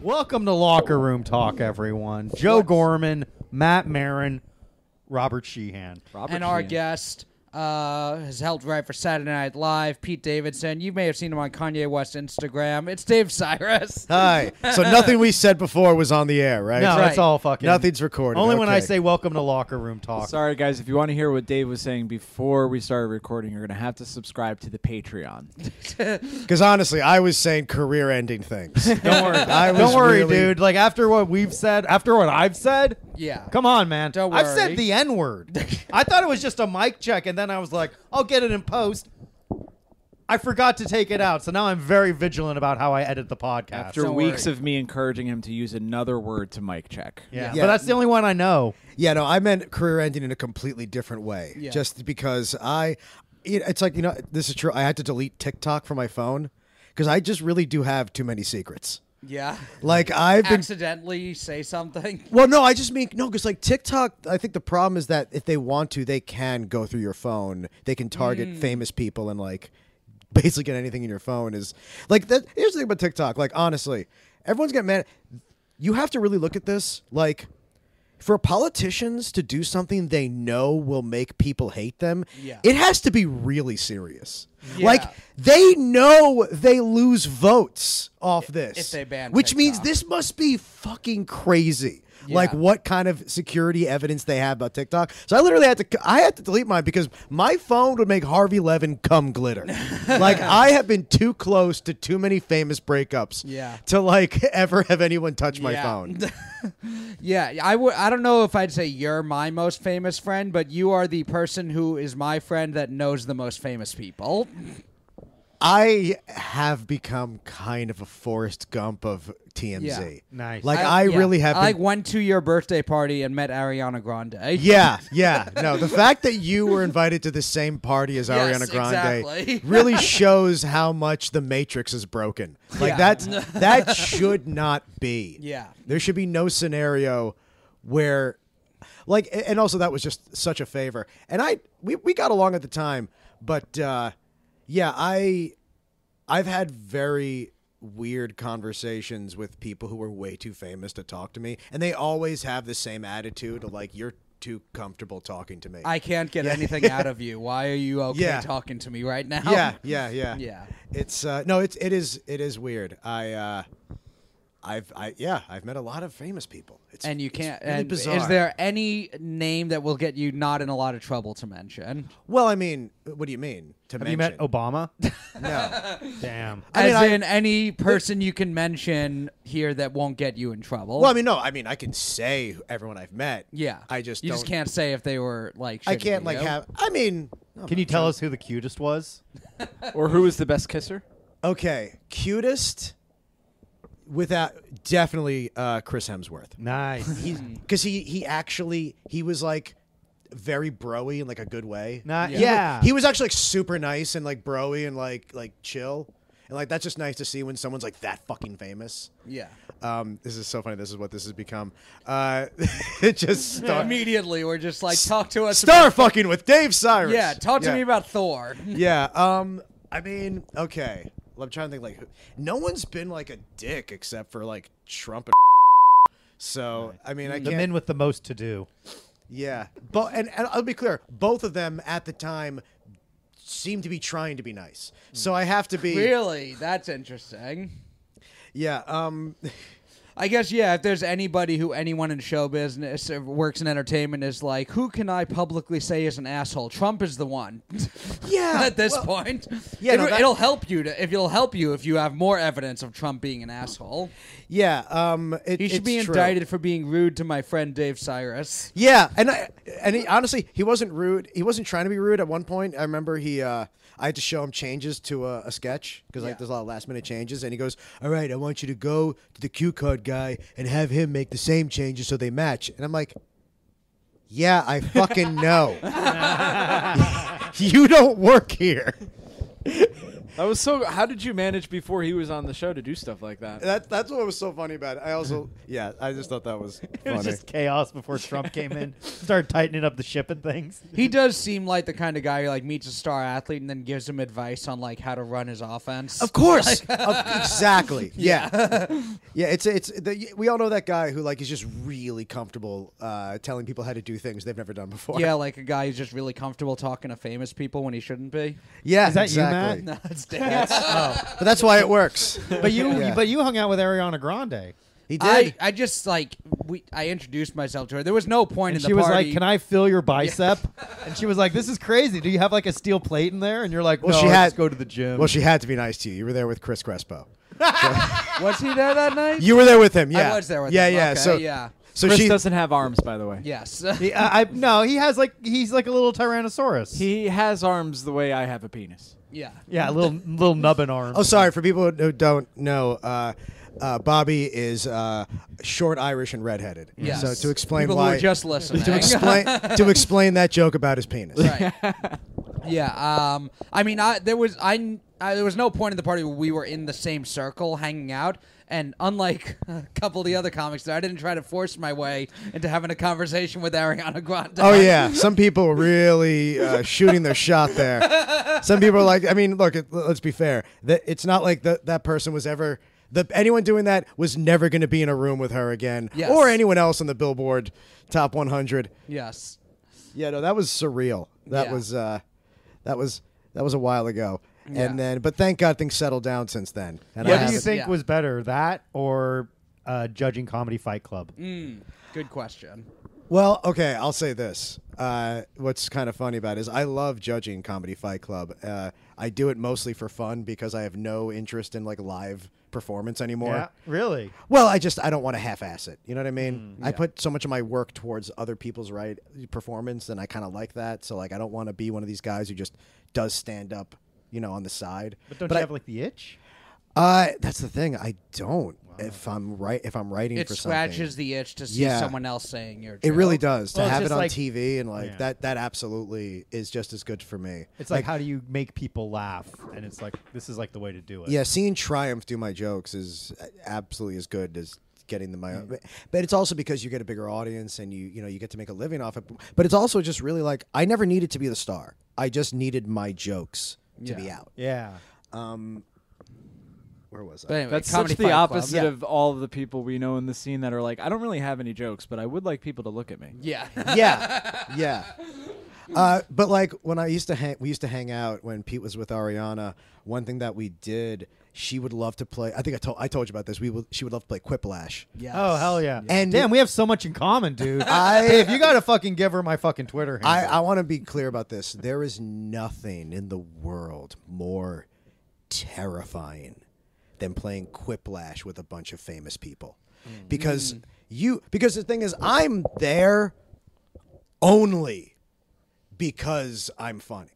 Welcome to Locker Room Talk, everyone. Joe Gorman, Matt Marin, Robert Sheehan. Robert and our Sheehan. guest uh, has helped write for Saturday Night Live, Pete Davidson. You may have seen him on Kanye West's Instagram. It's Dave Cyrus. Hi. So nothing we said before was on the air, right? No, right. it's all fucking. Nothing's recorded. Only when I Okay. say welcome to Locker Room Talk. Sorry, guys. If you want to hear what Dave was saying before we started recording, you're going to have to subscribe to the Patreon. Because honestly, I was saying career-ending things. Don't worry. I was Don't worry, really- dude. Like after what we've said, after what I've said, Yeah. Come on, man. Don't I've said worry. the N word. I thought it was just a mic check, and then I was like, I'll get it in post. I forgot to take it out, so now I'm very vigilant about how I edit the podcast. After Don't weeks worry. of me encouraging him to use another word to mic check. yeah. Yeah. but that's the only one I know. Yeah, no, I meant career-ending in a completely different way. Yeah. Just because I, it- it's like you know, this is true. I had to delete TikTok from my phone because I just really do have too many secrets. Yeah. Like I've been Accidentally say something. Well, no, I just mean no, because like TikTok, I think the problem is that if they want to, they can go through your phone. They can target Mm. famous people and like basically get anything in your phone. Is like that. Here's the thing about TikTok. Like honestly, everyone's getting mad. You have to really look at this. Like for politicians to do something they know will make people hate them, Yeah. it has to be really serious. Yeah. Like they know they lose votes off this, if they ban which means TikTok. this must be fucking crazy. Yeah. Like what kind of security evidence they have about TikTok? So I literally had to I had to delete mine because my phone would make Harvey Levin come glitter. like I have been too close to too many famous breakups Yeah. to like ever have anyone touch my Yeah. phone. Yeah, I would. I don't know if I'd say you're my most famous friend, but you are the person who is my friend that knows the most famous people. I have become kind of a Forrest Gump of TMZ. Yeah. Nice. Like I, yeah. really have I been like went to your birthday party and met Ariana Grande. Yeah, yeah. No, the fact that you were invited to the same party as Yes, Ariana Grande exactly. really shows how much the Matrix is broken. Like Yeah. that's that should not be. Yeah. There should be no scenario where like a- and also that was just such a favor. And I we, we got along at the time, but uh yeah, I I've had very weird conversations with people who were way too famous to talk to me, and they always have the same attitude of like you're too comfortable talking to me. I can't get anything out of you. Why are you okay Yeah. talking to me right now? yeah, yeah, yeah, Yeah. It's uh, no, it's it is it is weird. I uh, I've I yeah, I've met a lot of famous people. It's And you it's can't. really and bizarre. Is there any name that will get you not in a lot of trouble to mention? Well, I mean, what do you mean? To Have you mention? met Obama? No. Damn. I As mean, I- in any person you can mention here that won't get you in trouble. Well, I mean, no. I mean, I can say everyone I've met. yeah, I just you don't, just can't say if they were like. I shitty can't to like you. have. I mean, Can you tell us who the cutest was? Or who is the best kisser? Okay, cutest without definitely uh, Chris Hemsworth Nice. Hmm. because he he actually he was like very broy in like a good way. Nah, He yeah. was- he was actually like super nice and like broy and like like chill and like that's just nice to see when someone's like that fucking famous. Yeah. Um, this is so funny. This is what this has become. Uh, it just start, Immediately, we're just like talk to us. star fucking with Dave Cyrus. About, yeah, talk to me about Thor. Yeah. Um. I mean, okay. Well, I'm trying to think. Like, who- no one's been like a dick except for like Trump. and So I mean, I the can't. men with the most to do. yeah. But and, and I'll be clear. Both of them at the time seemed to be trying to be nice. So I have to be. Hmm. really, that's interesting. Yeah. Um. I guess yeah. If there's anybody who anyone in show business or works in entertainment is like, who can I publicly say is an asshole? Trump is the one. Yeah. at this well, point. yeah, it, no, that- will help you to if it'll help you if you have more evidence of Trump being an asshole. Yeah. Um. It, He should it's be true. indicted for being rude to my friend Dave Cyrus. Yeah, and I, and he, honestly, he wasn't rude. He wasn't trying to be rude. At one point, I remember he, uh, I had to show him changes to a, a sketch because Yeah. like there's a lot of last minute changes, and he goes, "All right, I want you to go to the cue card guy and have him make the same changes so they match." And I'm like, "Yeah, I fucking know. you don't work here." That was so. How did you manage before he was on the show to do stuff like that? That, that's what was so funny about it. I also, yeah, I just thought that was It funny. was just chaos before Trump came in, started tightening up the shipping things. He does seem like the kind of guy who like meets a star athlete and then gives him advice on like how to run his offense. Of course, Of- exactly. Yeah, yeah. It's it's the, we all know that guy who like is just really comfortable uh, telling people how to do things they've never done before. yeah, like a guy who's just really comfortable talking to famous people when he shouldn't be. yeah. Is that you, exactly. Matt? That's Dan. But that's why it works. But you, Yeah. but you hung out with Ariana Grande. He did. I, I just like we I introduced myself to her. There was no point And in the she was party. like, "Can I feel your bicep?" and she was like, "This is crazy. Do you have like a steel plate in there?" And you're like, "Well, she she had- has go to the gym." um, well, she had to be nice to you. You were there with Chris Crespo. Was he there that night? You were there with him. Yeah, was there with yeah, him. Yeah, Okay, So yeah. So Chris she. doesn't have arms, by the way. Yes. He- I, I- no, he has like he's like a little Tyrannosaurus. He has arms the way I have a penis. yeah. yeah, a little little nubbin arm. Oh, sorry for people who don't know. Uh, uh, Bobby is uh, short Irish and redheaded. Yes. So to explain people why who are just listening. to explain to explain that joke about his penis. right. yeah. Um. I mean, I there was I, I there was no point in the party where we were in the same circle hanging out. And unlike a couple of the other comics, there, I didn't try to force my way into having a conversation with Ariana Grande. Oh yeah, some people are really uh, shooting their shot there. Some people are like, I mean, look, it, let's be fair. That it's not like that that person was ever the anyone doing that was never going to be in a room with her again, Yes. or anyone else on the Billboard Top 100. Yes. Yeah, no, that was surreal. That Yeah. was uh, that was that was a while ago, Yeah. and then but thank God things settled down since then. what And I do you haven't- think yeah. was better, that or uh, judging Comedy Fight Club? Good question. Well, okay, I'll say this. Uh, what's kind of funny about it is I love judging Comedy Fight Club. Uh, I do it mostly for fun because I have no interest in like live performance anymore. Yeah, really. Well, I just I don't want to half-ass it. You know what I mean? Mm, I put so much of my work towards other people's right performance, and I kind of like that. So like I don't want to be one of these guys who just does stand up, you know, on the side. But don't But you I- have like the itch? Uh, that's the thing. I don't. If I'm right, if I'm writing It for something, scratches the itch to see Yeah. someone else saying your. It joke. really does to Well, it's have it just on like- TV and like Yeah. that. That absolutely is just as good for me. It's like, how do you make people laugh? And it's like this is like the way to do it. yeah, seeing Triumph do my jokes is uh, absolutely as good as getting them my own. But, but it's also because you get a bigger audience and you you know you get to make a living off it. But it's also just really like I never needed to be the star. I just needed my jokes to be Yeah. out. Yeah. Where was But I? anyway, That's Comedy such the Fight Club. opposite Yeah. of all of the people we know in the scene that are like, I don't really have any jokes, but I would like people to look at me. Yeah. yeah, yeah. Uh, but like when I used to hang, we used to hang out when Pete was with Ariana. One thing that we did, she would love to play. I think I told I told you about this. We will, she would love to play Quiplash. Yes. Oh hell yeah! And- damn, we have so much in common, dude. I- hey, if you gotta fucking give her my fucking Twitter handle, I, I want to be clear about this. There is nothing in the world more terrifying than playing Quiplash with a bunch of famous people, because you because the thing is, I'm there only because I'm funny.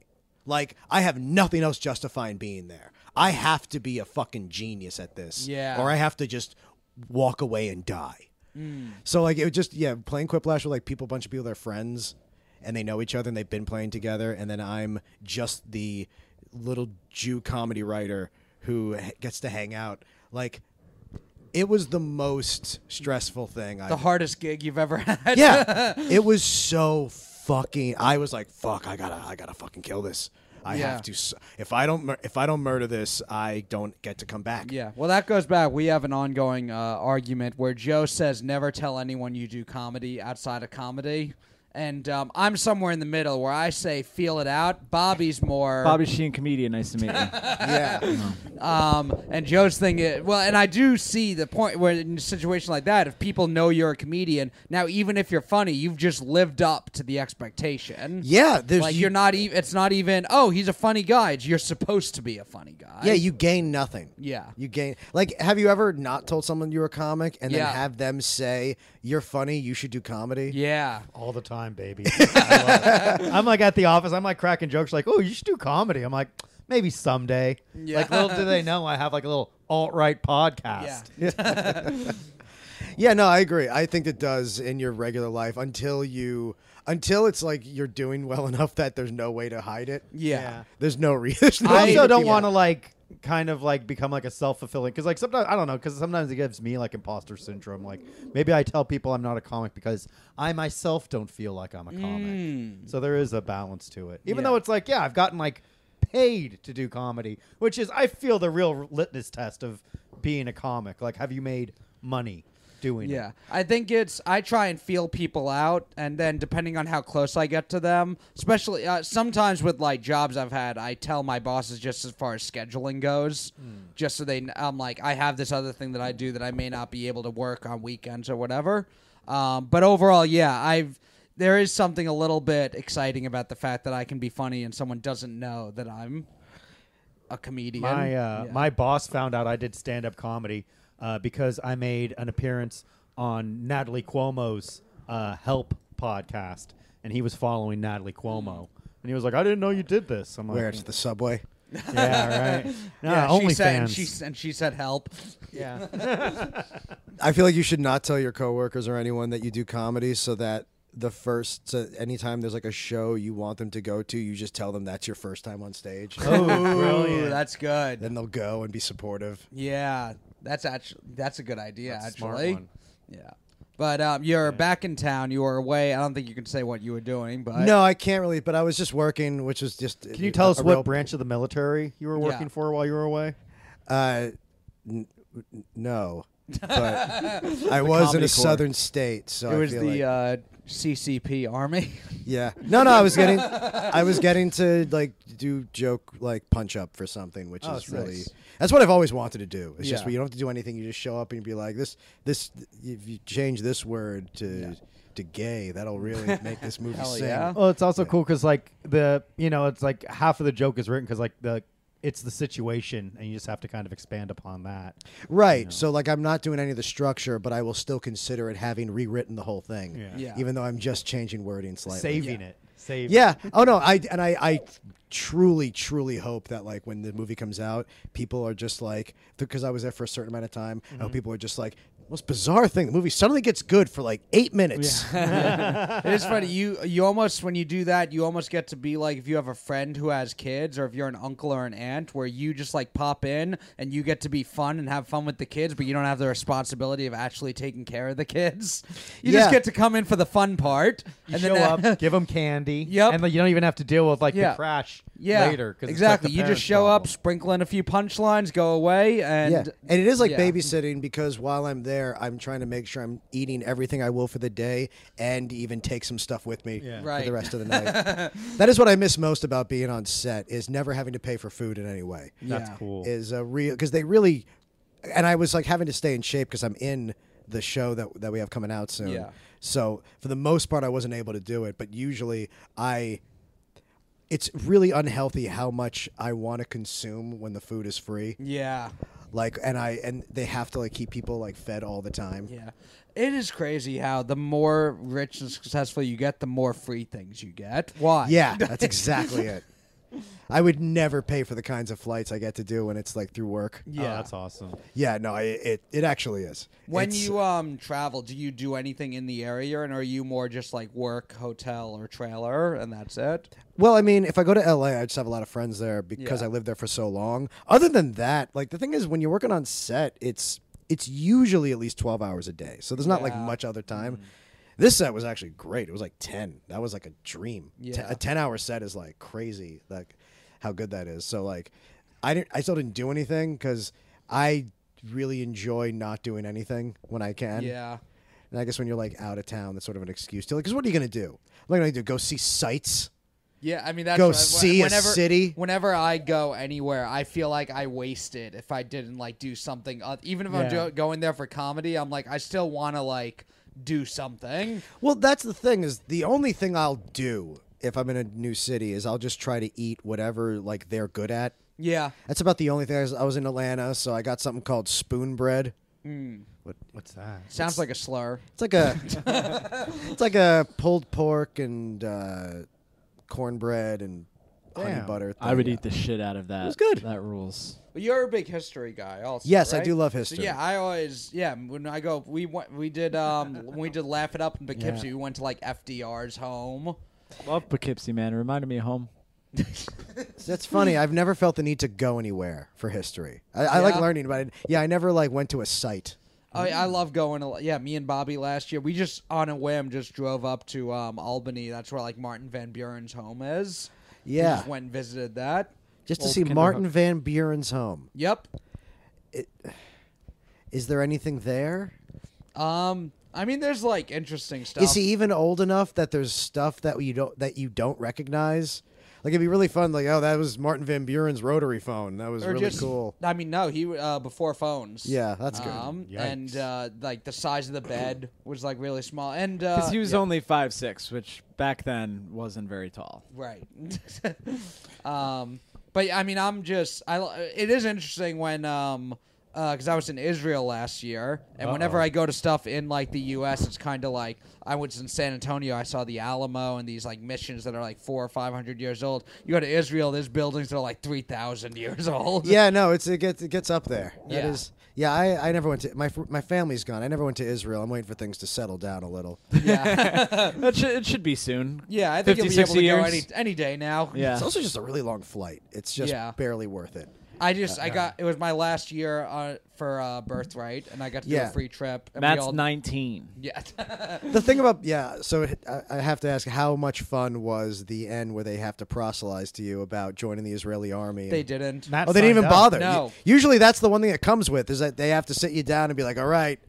Like I have nothing else justifying being there. I have to be a fucking genius at this, Yeah. or I have to just walk away and die. Mm. So like it was just yeah, playing Quiplash with like people, a bunch of people, they're friends, and they know each other, and they've been playing together, and then I'm just the little Jew comedy writer who h- gets to hang out. Like it was the most stressful thing. The I hardest gig you've ever had. yeah, it was so fucking. I was like, fuck, I gotta, I gotta fucking kill this. I Yeah. have to. s- If I don't, mur- if I don't murder this, I don't get to come back. Yeah, well, that goes back. We have an ongoing uh, argument where Joe says, "Never tell anyone you do comedy outside of comedy," and um, I'm somewhere in the middle where I say, "Feel it out." Bobby's more Bobby Sheen, comedian. Nice to meet you. yeah. um, and Joe's thing. Is, well, and I do see the point where in a situation like that, if people know you're a comedian, now even if you're funny, you've just lived up to the expectation. yeah. There's Like you- you're not even. It's not even. Oh, he's a funny guy. It's, you're supposed to be a funny guy. Yeah, you gain nothing. Yeah. You gain like have you ever not told someone you're a comic and Yeah. then have them say you're funny, you should do comedy? yeah. all the time, baby. I love it. I'm like at the office. I'm like cracking jokes, like, "Oh, you should do comedy." I'm like, maybe someday. Yeah. Like, little do they know, I have like a little alt right Yeah. podcast. Yeah, no, I agree. I think it does in your regular life until you until it's like you're doing well enough that there's no way to hide it. Yeah. Yeah. There's no reason. I also don't want to like kind of like become like a self fulfilling because like sometimes I don't know because sometimes it gives me like imposter syndrome. Like maybe I tell people I'm not a comic because I myself don't feel like I'm a comic. So there is a balance to it, even Yeah. though it's like yeah, I've gotten like paid to do comedy, which is I feel the real litmus test of being a comic. Like have you made money doing it? Yeah, I think it's. I try and feel people out, and then depending on how close I get to them, especially uh, sometimes with like jobs I've had, I tell my bosses just as far as scheduling goes, just so they. kn- I'm like, I have this other thing that I do that I may not be able to work on weekends or whatever. Um, but overall, yeah, I've. There is something a little bit exciting about the fact that I can be funny and someone doesn't know that I'm a comedian. My uh, Yeah. my boss found out I did stand up comedy uh, because I made an appearance on Natalie Cuomo's uh, Help podcast, and he was following Natalie Cuomo, and he was like, "I didn't know you did this." I'm like, Where it's the subway. "Yeah, right. No, yeah, she said, and uh, OnlyFans." she, and she said help. yeah, I feel like you should not tell your coworkers or anyone that you do comedy so that the first so anytime there's like a show you want them to go to, you just tell them that's your first time on stage. oh, Ooh, brilliant. that's good. then they'll go and be supportive. Yeah, that's actually that's a good idea. That's a smart actually, one. yeah. But um, you're back in town. You were away. I don't think you can say what you were doing. But no, I can't really, but I was just working, which was just Can you tell us real- what branch of the military you were Yeah. working for while you were away? Uh, n- n- no. But I was in a Comedy Corps. southern state, so it I was the feel like- uh, CCP Army. Yeah. No, no, I was getting I was getting to like do joke like punch up for something, which Oh, is that's really nice. that's what I've always wanted to do. It's just Yeah. where you don't have to do anything, you just show up and be like this this if you change this word to to gay, that'll really make this movie Hell sing. Oh, yeah. Well, it's also cool because like the you know it's like half of the joke is written because like the it's the situation, and you just have to kind of expand upon that. Right. So like I'm not doing any of the structure, but I will still consider it having rewritten the whole thing. Yeah. Yeah. Even though I'm just changing wording slightly. saving it. Saving. Yeah. Oh no. I and I, I truly, truly hope that like when the movie comes out, people are just like because I was there for a certain amount of time. I Mm-hmm. hope people are just like most bizarre thing. The movie suddenly gets good for like eight minutes. it is funny. You you almost when you do that, you almost get to be like if you have a friend who has kids, or if you're an uncle or an aunt, where you just like pop in and you get to be fun and have fun with the kids, but you don't have the responsibility of actually taking care of the kids. You Yeah. just get to come in for the fun part. You show up, give them candy. Yep. And like, you don't even have to deal with like Yeah. the crash yeah, later. 'cause it's, like, exactly. the you parents' just show up, problem. sprinkle in a few punchlines, go away, and yeah, and it is like yeah. babysitting because while I'm there, I'm trying to make sure I'm eating everything I will for the day, and even take some stuff with me Yeah. for Right. the rest of the night. that is what I miss most about being on set is never having to pay for food in any way. That's Yeah. cool. is a real because they really and i was like having to stay in shape because i'm in the show that, that we have coming out soon Yeah. so for the most part i wasn't able to do it but usually i it's really unhealthy how much i want to consume when the food is free yeah, like and i and they have to like keep people like fed all the time yeah. It is crazy how the more rich and successful you get, the more free things you get. Why? yeah that's exactly it i would never pay for the kinds of flights i get to do when it's like through work Oh, yeah. that's awesome. yeah no I, it it actually is When It's- you um travel, do you do anything in the area, and are you more just like work, hotel, or trailer, and that's it? Well, I mean, if I go to LA, I just have a lot of friends there because Yeah. I lived there for so long. Other than that, like the thing is, when you're working on set, it's it's usually at least twelve hours a day, so there's not like Yeah. Mm-hmm. much other time. This set was actually great. It was like ten. That was like a dream. Te- Yeah. a ten hour set is like crazy. Like how good that is. So like, I didn't. I still didn't do anything because I really enjoy not doing anything when I can. Yeah. And I guess when you're like out of town, that's sort of an excuse to like. Because what are you gonna do? What am I gonna do? Go see sights? Yeah, I mean that's Go what I- see a whenever, city? Whenever I go anywhere, I feel like I wasted if I didn't like do something. oth- Even if I'm Yeah. do- going there for comedy, I'm like I still want to like do something. Well, that's the thing is the only thing I'll do if I'm in a new city is I'll just try to eat whatever like they're good at. Yeah, That's about the only thing. I was, I was in Atlanta, so I got something called spoon bread. What, what's that? sounds like a slur. It's like a it's like a pulled pork and uh, cornbread and honey Damn. butter. Thing. I would eat the shit out of that. It was good. That rules. But you're a big history guy, also. Yes, I right? do love So, history. yeah, I always yeah. When I go, we went, we did um when we did laugh it up in Poughkeepsie. We went to like FDR's home. Love Poughkeepsie, man. It reminded me of home. That's funny. I've never felt the need to go anywhere for history. I, I like Yeah. learning about it. Yeah, I never like went to a site. I, Mm. I love going. A lot. Yeah, me and Bobby last year, we just on a whim just drove up to um, Albany. That's where like Martin Van Buren's home is. We Yeah. just went and visited that. Just to Old see Kinder Martin Hook. Van Buren's home. Yep. Is there anything there? Um, I mean, there's like interesting stuff. Is he even old enough that there's stuff that you don't that you don't recognize? Like it'd be really fun. Like oh, that was Martin Van Buren's rotary phone. That was Or really just- cool. I mean, no, he uh, before phones. Yeah, that's good. Um, Yikes. and uh, like the size of the bed was like really small, and uh, Because he was only five six, which back then wasn't very tall. Right. um, but I mean, I'm just I. It is interesting when um, because I was in Israel last year, and whenever Uh-oh. I go to stuff in like the U.S., it's kind of like I was in San Antonio. I saw the Alamo and these like missions that are like four or five hundred years old. You go to Israel, there's buildings that are like three thousand years old. Yeah, no, it's it gets it gets up there. That Yeah. is- yeah, I, I never went to my fr- my family's gone. I never went to Israel. I'm waiting for things to settle down a little. yeah. It should, it should be soon. Uh, Yeah, I think 50, you'll be able to 60 go years. any any day now. Yeah. It's also just a really long flight. It's just Yeah. barely worth it. I just I got it was my last year uh, for uh, birthright, and I got to do Yeah. a free trip. And we Matt's all- nineteen. Yeah. The thing about yeah, so I, I have to ask, how much fun was the end where they have to proselytize to you about joining the Israeli army? They and- didn't. Matt Oh, they didn't signed even up. bother. No. U- Usually, that's the one thing that comes with is that they have to sit you down and be like, "All right,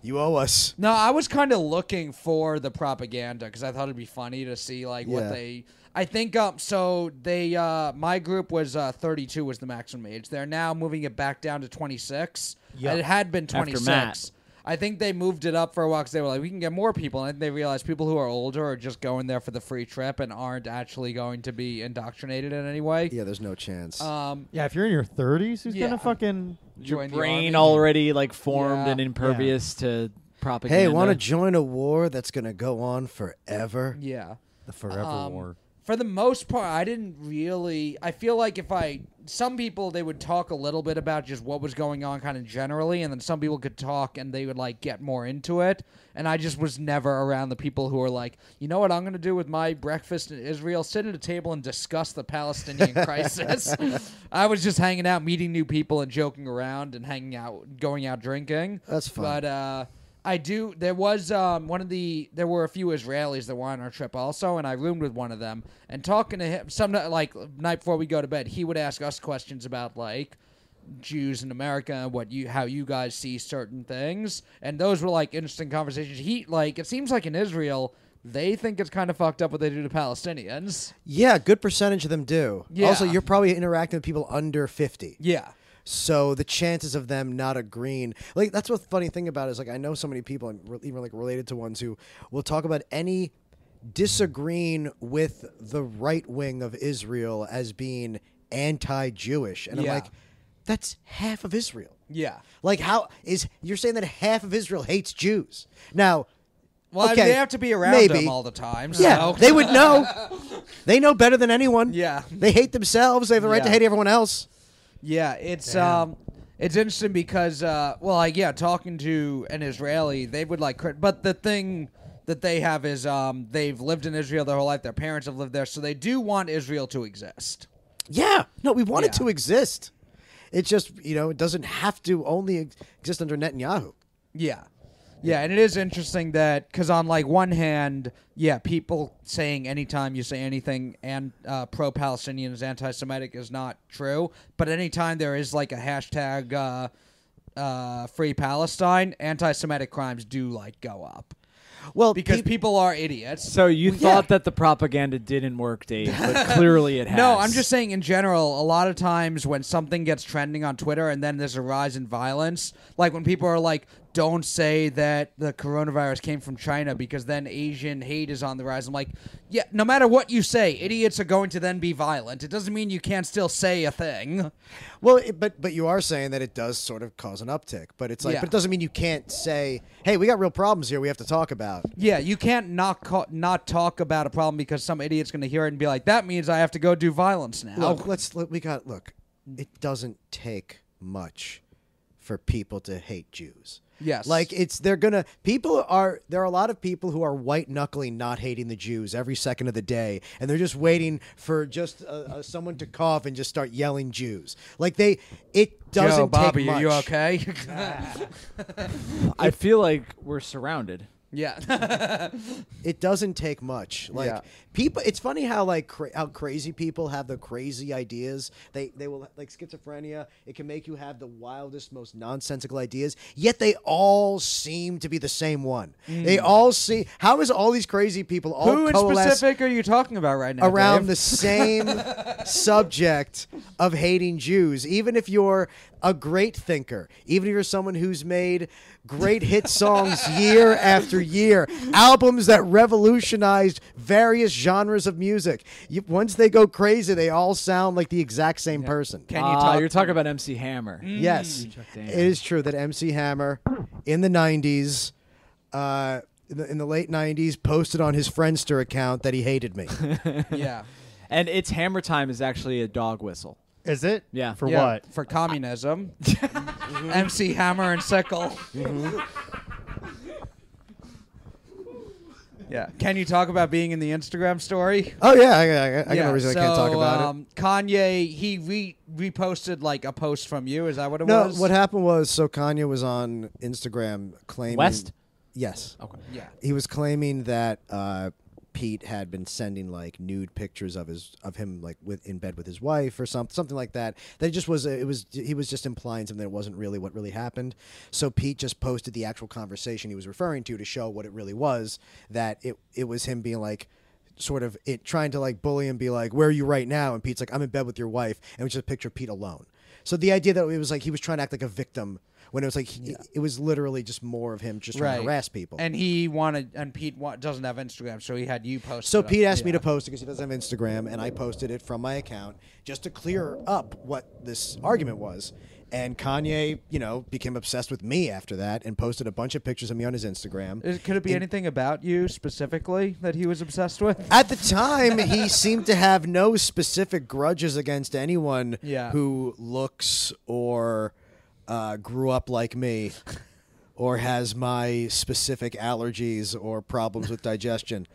you owe us." No, I was kind of looking for the propaganda because I thought it'd be funny to see like what Yeah. they. I think um so they uh my group was uh 32 was the maximum age. They're now moving it back down to 26. Yeah. It had been After 26. Matt. I think they moved it up for a while because they were like, we can get more people, and they realized people who are older are just going there for the free trip and aren't actually going to be indoctrinated in any way. Yeah, there's no chance. Um, Yeah, if you're in your 30s, who's Yeah. gonna fucking? join the Brain army. already like formed Yeah. and impervious to propaganda. hey, want to join a war that's gonna go on forever? Yeah. The Forever Um, War. For the most part, I didn't really. I feel like if I, some people they would talk a little bit about just what was going on, kind of generally, and then some people could talk and they would like get more into it. And I just was never around the people who are like, you know what, I'm going to do with my breakfast in Israel, sit at a table and discuss the Palestinian crisis. I was just hanging out, meeting new people, and joking around and hanging out, going out drinking. That's fun. But uh, I do. There was um, one of the. There were a few Israelis that were on our trip also, and I roomed with one of them. And talking to him, some night- like night before we go to bed, he would ask us questions about like Jews in America and what you how you guys see certain things. And those were like interesting conversations. He like it seems like in Israel they think it's kind of fucked up what they do to Palestinians. Yeah, good percentage of them do. Yeah. Also, you're probably interacting with people under 50. Yeah. So the chances of them not agreeing, like that's what the funny thing about it is like I know so many people, and re- even like related to ones who will talk about any disagreeing with the right wing of Israel as being anti-Jewish, and Yeah. I'm like, that's half of Israel. Yeah. Like, how is you're saying that half of Israel hates Jews now? Well, I mean, okay, they have to be around maybe. them all the time. So. Yeah, they would know. They know better than anyone. Yeah. They hate themselves. They have the right to Yeah. hate everyone else. Yeah, it's um, it's interesting because uh, well, like yeah, talking to an Israeli, they would like, crit- but the thing that they have is um, they've lived in Israel their whole life. Their parents have lived there, so they do want Israel to exist. Yeah. No, we want it Yeah. to exist. It just, you know, it doesn't have to only ex- exist under Netanyahu. Yeah. Yeah, and it is interesting that because on like one hand, yeah, people saying anytime you say anything and uh, pro-Palestinian is anti-Semitic is not true, but anytime there is like a hashtag uh, uh, free Palestine, anti-Semitic crimes do like go up Well, because peop- people are idiots. So you yeah. thought that the propaganda didn't work, Dave, but clearly it has. No, I'm just saying in general, a lot of times when something gets trending on Twitter and then there's a rise in violence, like when people are like, don't say that the coronavirus came from China because then Asian hate is on the rise. I'm like, yeah, no matter what you say, idiots are going to then be violent. It doesn't mean you can't still say a thing. well, it, but but you are saying that it does sort of cause an uptick, but it's like, Yeah. but it doesn't mean you can't say, hey, we got real problems here. We have to talk about. Yeah, you can't not ca- not talk about a problem because some idiot's going to hear it and be like, that means I have to go do violence now. Look, let's let, we got look. It doesn't take much for people to hate Jews. Yes. Like it's they're gonna people are there are a lot of people who are white knuckling not hating the Jews every second of the day, and they're just waiting for just uh, uh, someone to cough and just start yelling Jews. Like they, it doesn't. Yo, Bobby, take much. are you okay? I feel like we're surrounded. yeah. It doesn't take much. Like Yeah. people, it's funny how like cra- how crazy people have the crazy ideas. They they will like schizophrenia. It can make you have the wildest, most nonsensical ideas. Yet they all seem to be the same one. They all see. How is all these crazy people all Mm. Who in coalesce specific are you talking about right now? around Dave? the same subject of hating Jews, even if you're a great thinker, even if you're someone who's made great hit songs year after year, albums that revolutionized various genres of music. You, once they go crazy, they all sound like the exact same person. Can you Ah, talk? Mm. You're talking about MC Hammer. Yes, Damn. it is true that MC Hammer in the 90s, uh, in the, in the late 90s, posted on his Friendster account that he hated me. yeah. And it's Hammer Time is actually a dog whistle. Is it? Yeah. For Yeah, what? For communism. Mm-hmm. MC Hammer and Sickle. yeah. Can you talk about being in the Instagram story? Oh yeah, I, I, I got no reason so, I can't talk about it. um, Kanye, he re- reposted like a post from you. Is that what it No, was? what happened was so Kanye was on Instagram claiming West? Yes, Okay. Yeah. he was claiming that uh, Pete had been sending like nude pictures of his of him like with in bed with his wife or something something like that. That it just was it was he was just implying something that wasn't really what really happened. So Pete just posted the actual conversation he was referring to to show what it really was. That it it was him being like. Sort of it trying to like bully and be like, "Where are you right now?" And Pete's like, "I'm in bed with your wife," and it was just a picture of Pete alone. So the idea that it was like he was trying to act like a victim when it was like he, it was literally just more of him just trying Right. to harass people. And he wanted, and Pete wa- doesn't have Instagram, so he had you post. So it up. Pete asked me Yeah. to post it because he doesn't have Instagram, and I posted it from my account just to clear up what this argument was. And Kanye, you know, became obsessed with me after that and posted a bunch of pictures of me on his Instagram. Is- Could it be anything about you specifically that he was obsessed with? At the time, he seemed to have no specific grudges against anyone Yeah. who looks or uh, grew up like me or has my specific allergies or problems with digestion.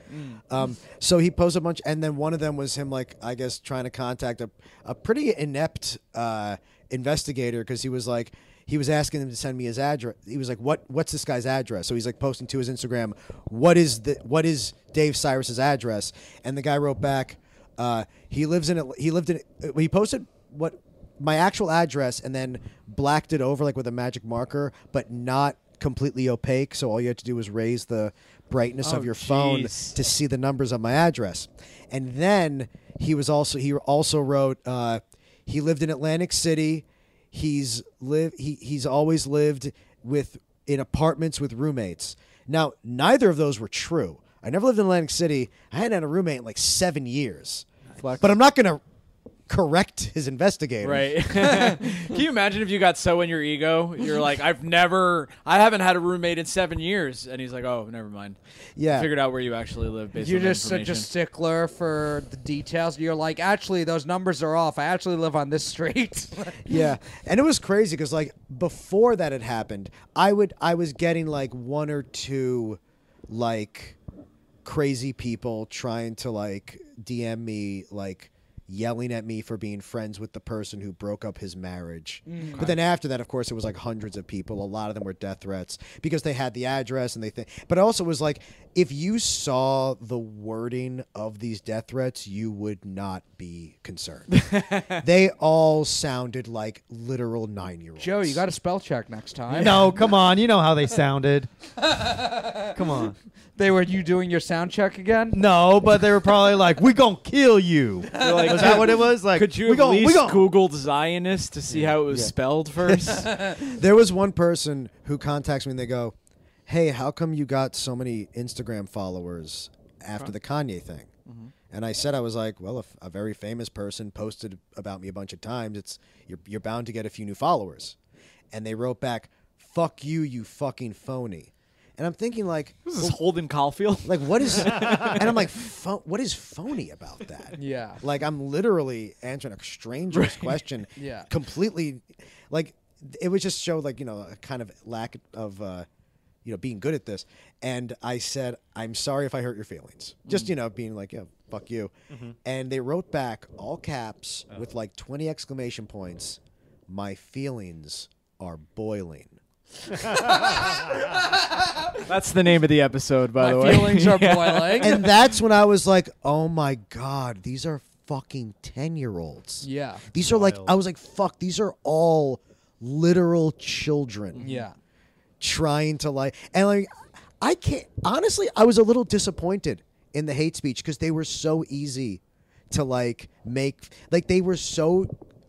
Um, so he posed a bunch, and then one of them was him, like, I guess, trying to contact a, a pretty inept uh, investigator because he was like, he was asking him to send me his address. He was like, "What? What's this guy's address?" So he's like posting to his Instagram, "What is the? What is Dave Cyrus's address?" And the guy wrote back, uh, "He lives in. Atl- He lived in. uh, He posted what my actual address and then blacked it over like with a magic marker, but not completely opaque. So all you had to do was raise the brightness Oh, of your phone jeez. to see the numbers on my address. And then he was also he also wrote uh, he lived in Atlantic City. He's live he, he's always lived with in apartments with roommates. Now neither of those were true. I never lived in Atlantic City. I hadn't had a roommate in like seven years. Flex. But I'm not gonna correct his investigator. Right. Can you imagine if you got so in your ego? You're like, I've never, I haven't had a roommate in seven years. And he's like, oh, never mind. Yeah. Figured out where you actually live based You're on the just such a information. stickler for the details. You're like, actually, those numbers are off. I actually live on this street. yeah and it was crazy because like before that had happened i would i was getting like one or two like crazy people trying to like dm me like yelling at me for being friends with the person who broke up his marriage Mm. but then after that of course it was like hundreds of people a lot of them were death threats because they had the address and they think but it also was like if you saw the wording of these death threats you would not be concerned they all sounded like literal nine year olds. Joe, you got a spell check next time. No, come on. You know how they sounded. come on. They were you doing your sound check again? No, but they were probably like, "We gonna kill you." was that what it was? Like, Could you we at gonna, we least gonna, Googled Zionist to see how it was Yeah. spelled first? There was one person who contacts me and they go, Hey, how come you got so many Instagram followers after the Kanye thing? And I said, I was like, well, if a very famous person posted about me a bunch of times, it's you're, you're bound to get a few new followers. And they wrote back, fuck you, you fucking phony. And I'm thinking, like, this is Holden Caulfield. like what is, and I'm like, pho- what is phony about that? Yeah. Like I'm literally answering a stranger's question. Yeah. Completely like it would just show like you know a kind of lack of uh, you know being good at this. And I said, I'm sorry if I hurt your feelings. Just you know being like yeah, fuck you. And they wrote back all caps with like 20 exclamation points. My feelings are boiling. That's the name of the episode, by My the way. feelings are Yeah. boiling. and that's when I was like, oh my god, these are fucking 10 year olds. yeah. These are like Wild. I was like, fuck, these are all literal children. Mm-hmm. Yeah. Trying to like and like I can't honestly, I was a little disappointed in the hate speech because they were so easy to like make like they were so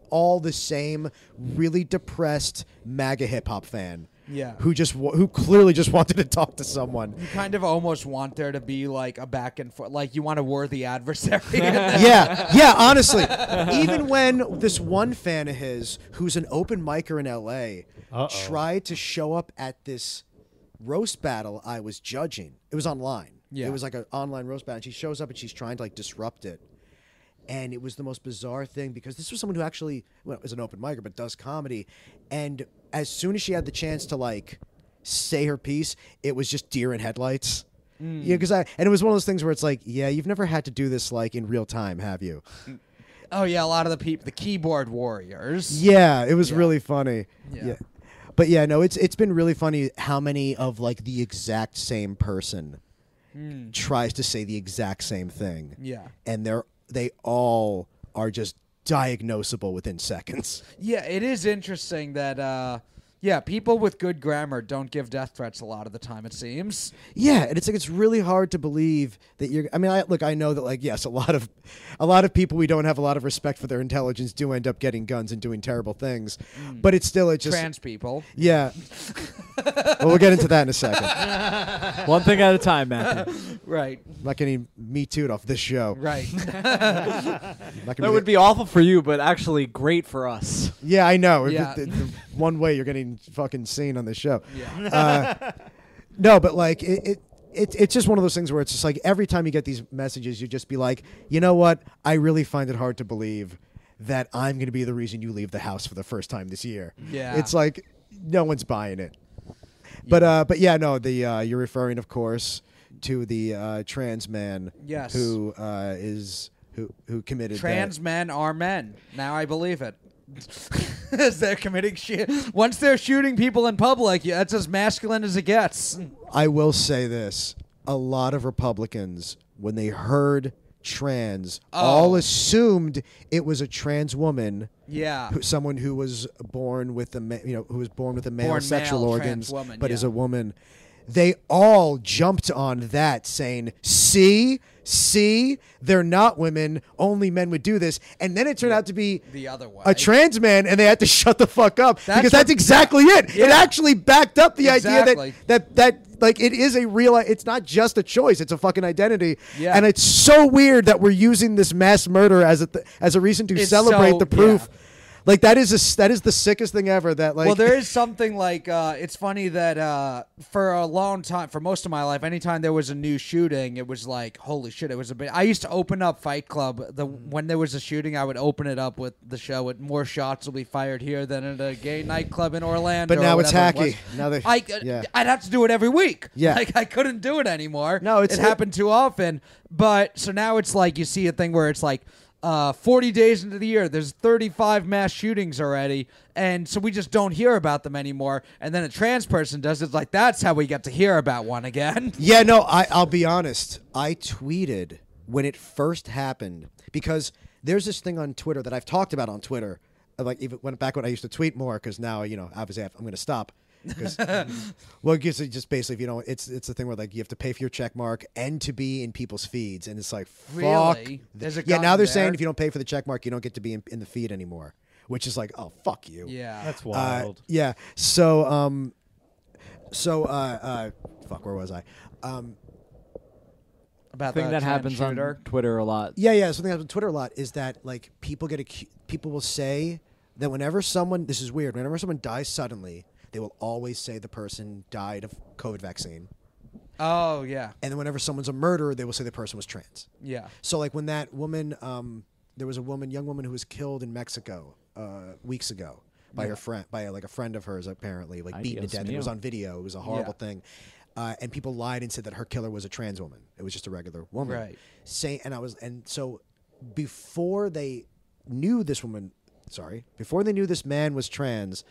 all the same really depressed MAGA hip hop fan. Yeah. Who just wa- who clearly just wanted to talk to someone. Kind of almost want there to be like a back and forth, like you want a worthy adversary. yeah, yeah, honestly. Even when this one fan of his, who's an open micer in LA, Uh-oh. tried to show up at this roast battle I was judging, it was online. Yeah. It was like an online roast battle. And she shows up and she's trying to like disrupt it. And it was the most bizarre thing because this was someone who actually well, is an open micer but does comedy. And as soon as she had the chance to like say her piece, it was just deer in headlights. Yeah, because I and it was one of those things where it's like, yeah, you've never had to do this like in real time, have you? oh yeah, a lot of the people, the keyboard warriors. Yeah, it was really funny. Yeah. Yeah. But yeah, no, it's it's been really funny how many of like the exact same person tries to say the exact same thing. Yeah. And they're they all are just diagnosable within seconds. Yeah, it is interesting that uh yeah, people with good grammar don't give death threats a lot of the time it seems. Yeah, and it's like it's really hard to believe that you're I mean, I look, I know that like yes, a lot of a lot of people we don't have a lot of respect for their intelligence do end up getting guns and doing terrible things. But it's still it just Trans people. Yeah. well, we'll get into that in a second. I'm One thing at a time, Matthew. Right. not getting me tooed off this show. Right. I'm not gonna that would be awful for you, but actually great for us. Yeah, I know. If Yeah. it- the- the one way you're getting fucking seen on this show. yeah. No, but like it. it it, it's just one of those things where it's just like every time you get these messages, you just be like, you know what? I really find it hard to believe that I'm going to be the reason you leave the house for the first time this year. Yeah. it's like no one's buying it. But uh, but yeah, no. The uh, you're referring, of course, to the uh, trans man. Yes. who uh, is who who committed that. Trans men are men. Now I believe it. As they're committing shit. Once they're shooting people in public, yeah, that's as masculine as it gets. I will say this: a lot of Republicans, when they heard trans, all assumed it was a trans woman, Oh. Yeah. who, someone who was born with a ma- you know who was born with a male Born sexual male, organs, trans woman, but is yeah. a woman. They all jumped on that, saying, "See, see, they're not women. Only men would do this." And then it turned out to be The other way. a trans man and they had to shut the fuck up That's because what- that's exactly it. It actually backed up the Exactly. idea that that that like it is a real it's not just a choice, it's a fucking identity. Yeah. And it's so weird that we're using this mass murder as a th- as a reason to It's celebrate so- the proof. Like that is a s that is the sickest thing ever that like well, there is something like uh, it's funny that uh, for a long time, for most of my life, anytime there was a new shooting, it was like holy shit! It was a bit. I used to open up Fight Club. The Mm. when there was a shooting, I would open it up with the show. With more shots will be fired here than at a gay nightclub in Orlando. But now or it's whatever it was. hacky. Now they- I yeah. I'd have to do it every week. Yeah. like I couldn't do it anymore. No, it's- it happened too often. But so now it's like you see a thing where it's like uh, 40 days into the year, there's 35 mass shootings already, and so we just don't hear about them anymore. And then a trans person does it, it's like that's how we get to hear about one again. Yeah, no, I, I'll be honest. I tweeted when it first happened because there's this thing on Twitter that I've talked about on Twitter. uh, Like even went back when I used to tweet more because now you know obviously I have- I'm going to stop. 'cause- well, because it just basically if you don't, it's it's the thing where like you have to pay for your check mark and to be in people's feeds, and it's like fuck. Really? th- There's a yeah, gun now they're there? saying if you don't pay for the check mark, you don't get to be in, in the feed anymore, which is like oh fuck you. Yeah. That's Uh, wild. yeah. So um, so uh, uh, fuck. Where was I? Um, about thing the that trans happens shooter. on Twitter a lot. yeah, yeah. Something happens on Twitter a lot is that like people get acu- people will say that whenever someone this is weird whenever someone dies suddenly they will always say the person died of COVID vaccine, Oh yeah, and then whenever someone's a murderer they will say the person was trans. yeah. So like when that woman, um, there was a woman, young woman who was killed in Mexico uh, weeks ago by her friend, by like a friend of hers, apparently, like beaten to Dios death. It was mío. on video. It was a horrible thing. Uh, and people lied and said that her killer was a trans woman. It was just a regular woman. Right. Say, and I was, and so before they knew this woman, sorry, before they knew this man was trans,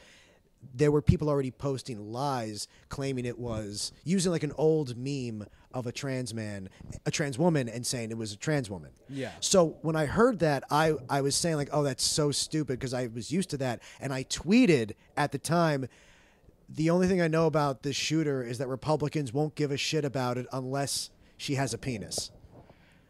there were people already posting lies claiming it was using like an old meme of a trans man, a trans woman, and saying it was a trans woman. Yeah. So when I heard that, I, I was saying like, oh, that's so stupid because I was used to that, and I tweeted at the time. The only thing I know about this shooter is that Republicans won't give a shit about it unless she has a penis.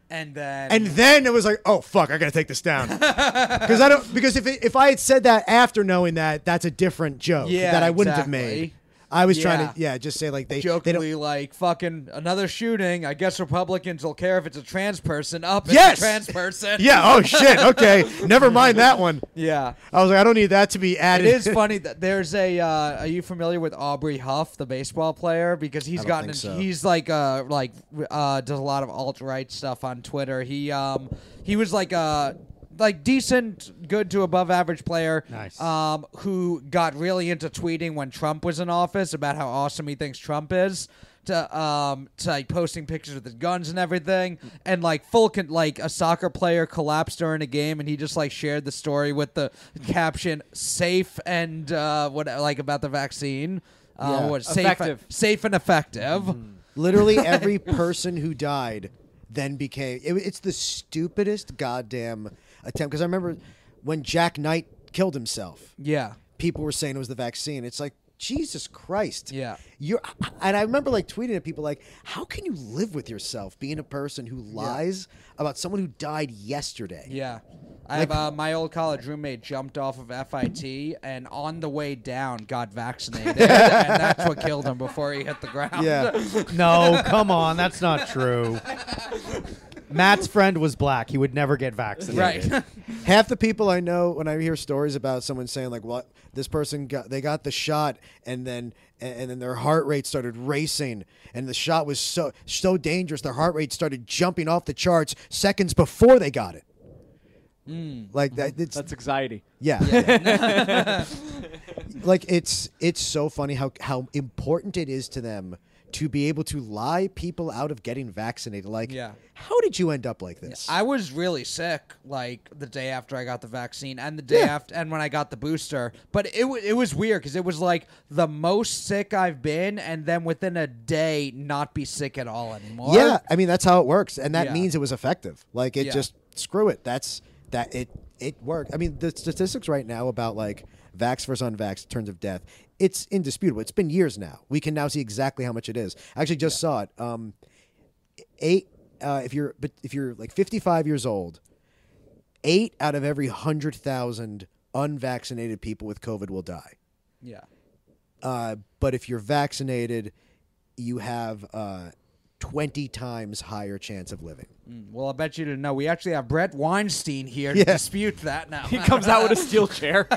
And then And then it was like, oh fuck, I gotta take this down because I don't because if it, if I had said that after knowing that, that's a different joke Yeah, that I wouldn't have exactly. made. I was trying to Yeah. yeah, just say like they they jokingly don't. like fucking another shooting. I guess Republicans will care if it's a trans person. Up, it's Yes! a trans person. Yeah. Oh shit. Okay. Never mind that one. yeah. I was like, I don't need that to be It added. is funny that there's a. Uh, are you familiar with Aubrey Huff, the baseball player? Because he's don't gotten. think so. He's like uh like uh does a lot of alt right stuff on Twitter. He um he was like a like decent, good to above average player. Nice. Um, who got really into tweeting when Trump was in office about how awesome he thinks Trump is. To um to like posting pictures with his guns and everything, and like full con- like a soccer player collapsed during a game, and he just like shared the story with the caption "safe" and uh, what like about the vaccine. Uh, Yeah. what, safe, Effective. safe and effective. Literally every person who died then became. It, it's the stupidest goddamn attempt. Because I remember when Jack Knight killed himself, Yeah. people were saying it was the vaccine. It's like Jesus Christ. Yeah. You're, and I remember like tweeting at people like, "How can you live with yourself being a person who lies about someone who died yesterday?" Yeah. I have uh, my old college roommate jumped off of FIT and on the way down got vaccinated, and that's what killed him before he hit the ground. Yeah. No, come on, that's not true. Matt's friend was black. He would never get vaccinated. right. Half the people I know, when I hear stories about someone saying like, "What this person got? They got the shot, and then and then their heart rate started racing, and the shot was so so dangerous, their heart rate started jumping off the charts seconds before they got it." Mm. Like that, it's, That's anxiety. yeah. like it's it's so funny how how important it is to them to be able to lie people out of getting vaccinated. Like, Yeah. how did you end up like this? I was really sick, like the day after I got the vaccine, and the day Yeah. after, and when I got the booster. But it wa it was weird because it was like the most sick I've been, and then within a day, not be sick at all anymore. yeah, I mean that's how it works, and that Yeah. means it was effective. Like it Yeah. just screw it. That's that it it worked. I mean the statistics right now about like vax versus unvax in terms of death, it's indisputable. It's been years now. We can now see exactly how much it is. I actually just saw it. Um, eight. Uh, if you're but if you're like 55 years old, eight out of every hundred thousand unvaccinated people with COVID will die. Yeah. Uh, but if you're vaccinated, you have uh, 20 times higher chance of living. Hmm. Well, I bet you didn't know. We actually have Brett Weinstein here to Yeah. dispute that now. He comes out with a steel chair.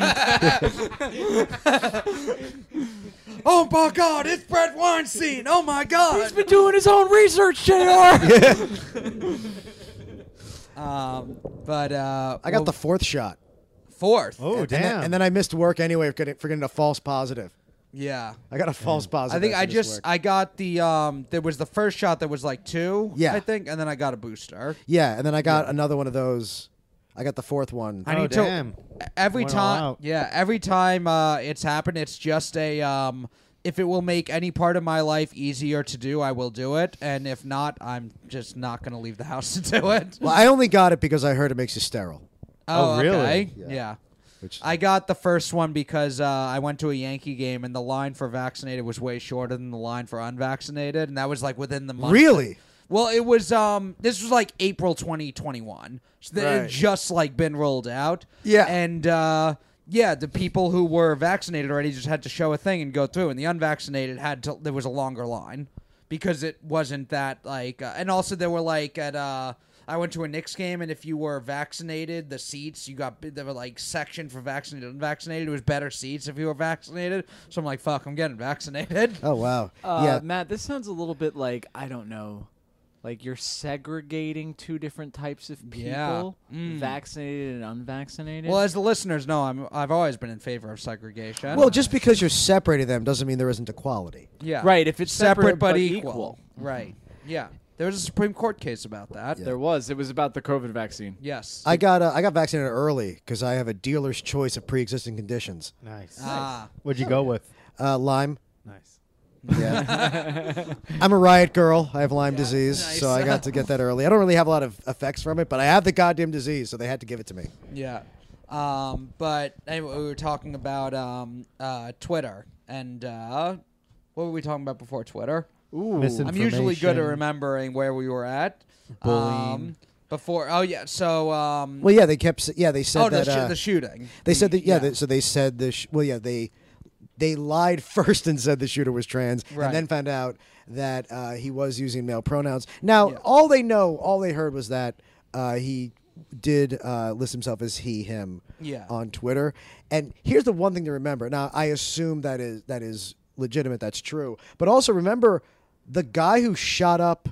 oh my God, it's Brett Weinstein. Oh my God. He's been doing his own research, Jr. Um, but uh, I got well, the fourth shot. fourth. Oh and, damn! And then, and then I missed work anyway for getting, for getting a false positive. Yeah. I got a false I positive. think I after this just work. I got the um there was the first shot that was like two Yeah. I think and then I got a booster. yeah, and then I got another one of those. I got the fourth one. I Oh, need damn. to every Went all time out. yeah every time uh, it's happened it's just a um if it will make any part of my life easier to do I will do it and if not I'm just not gonna leave the house to do it. well, I only got it because I heard it makes you sterile. Oh, really? okay. Yeah. Yeah. Which I got the first one because uh, I went to a Yankee game and the line for vaccinated was way shorter than the line for unvaccinated, and that was like within the month. really Well, it was um this was like April 2021. So they Right. had just like been rolled out. Yeah. And uh yeah, the people who were vaccinated already just had to show a thing and go through and the unvaccinated had to there was a longer line because it wasn't that like uh, and also there were like at uh I went to a Knicks game, and if you were vaccinated, the seats you got there were like section for vaccinated, and unvaccinated. It was better seats if you were vaccinated. So I'm like, fuck, I'm getting vaccinated. oh wow Uh, yeah Matt, this sounds a little bit like I don't know. like you're segregating two different types of people, Yeah. Mm. vaccinated and unvaccinated. Well, as the listeners know, I'm I've always been in favor of segregation. Well, just because you're separating them doesn't mean there isn't equality. yeah, right, if it's separate, separate but, but equal. equal. Right. Yeah. There was a Supreme Court case about that. there was. It was about the COVID vaccine. Yes. I got uh, I got vaccinated early because I have a dealer's choice of pre-existing conditions. Nice. Ah. What'd you go with? Uh, Lyme. Nice. Yeah. I'm a riot girl. I have Lyme disease, nice. so I got to get that early. I don't really have a lot of effects from it, but I have the goddamn disease, so they had to give it to me. Yeah. Um, but anyway, we were talking about um, uh, Twitter. And uh, what were we talking about before Twitter? Ooh. I'm usually good at Misinformation. remembering where we were at. Um, Bullying. before. Oh, yeah. So. Um, Well, yeah, they kept. s- Yeah, they said oh, that. the, sh- uh, the shooting. they said that. Yeah, they- so they said the. Sh- well, yeah, they they lied first and said the shooter was trans, Right. and then found out that uh, he was using male pronouns. Now, Yeah. all they know, all they heard was that uh, he did uh, list himself as he, him, Yeah. on Twitter. And here's the one thing to remember. Now, I assume that is that is legitimate. That's true. But also remember, the guy who shot up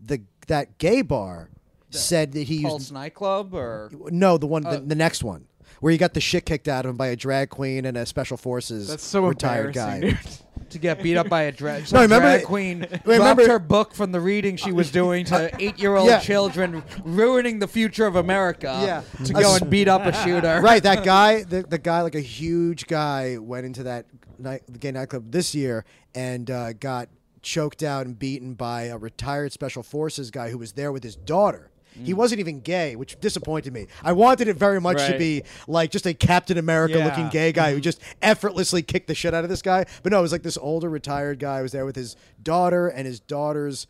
the that gay bar said that he used Pulse nightclub or. no, the Uh, one, the, the next one, where he got the shit kicked out of him by a drag queen and a special forces That's so retired embarrassing, guy. dude. to get beat up by a drag, No, no, remember- drag queen. dropped remember- her book from the reading she was doing to eight-year-old Yeah. children, ruining the future of America. Yeah. to A go s- and beat up a shooter. Right, that guy, the, the guy, like a huge guy, went into that night, the gay nightclub this year and uh, got choked out and beaten by a retired special forces guy who was there with his daughter. He Mm. wasn't even gay, which disappointed me. I wanted it very much to Right. be like just a Captain America looking Yeah. gay guy who just effortlessly kicked the shit out of this guy. But no, it was like this older retired guy was there with his daughter and his daughter's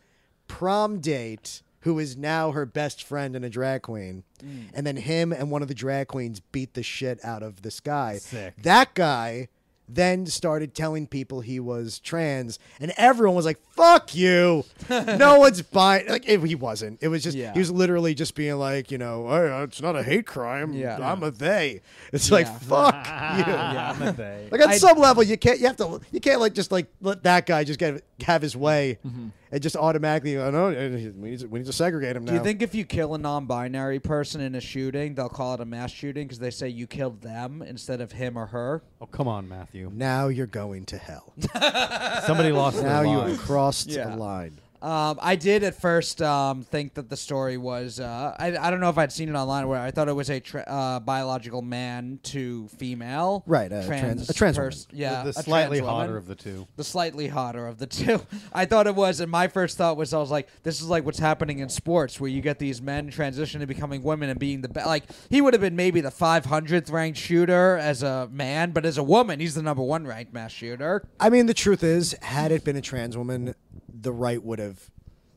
prom date, who is now her best friend and a drag queen. And then him and one of the drag queens beat the shit out of this guy. Sick. That guy then started telling people he was trans, and everyone was like, "Fuck you!" no one's buying. Like if he wasn't. It was just Yeah. he was literally just being like, you know, "Hey, it's not a hate crime. Yeah. I'm a they. It's like Yeah. fuck you. I'm a they. Like on I- some level, you can't. You have to. You can't like just like let that guy just get have his way, Mm-hmm. and just automatically. Oh no, we need to, we need to segregate him now. Do you think if you kill a non-binary person in a shooting, they'll call it a mass shooting because they say you killed them instead of him or her? Oh, come on, Matthew. now you're going to hell? Somebody lost now their you lives. have crossed Yeah. a line. Um, I did at first um, think that the story was uh, I, I don't know if I'd seen it online where I thought it was a tra- uh, biological man to female, Right, a trans- a trans woman. pers- yeah, the a slightly trans woman. hotter of the two. the slightly hotter of the two. I thought it was, and my first thought was, I was like, this is like what's happening in sports, where you get these men transitioning to becoming women and being the best. Like he would have been maybe the 500th ranked shooter as a man, but as a woman, he's the number one ranked mass shooter. I mean, the truth is, had it been a trans woman, the right would have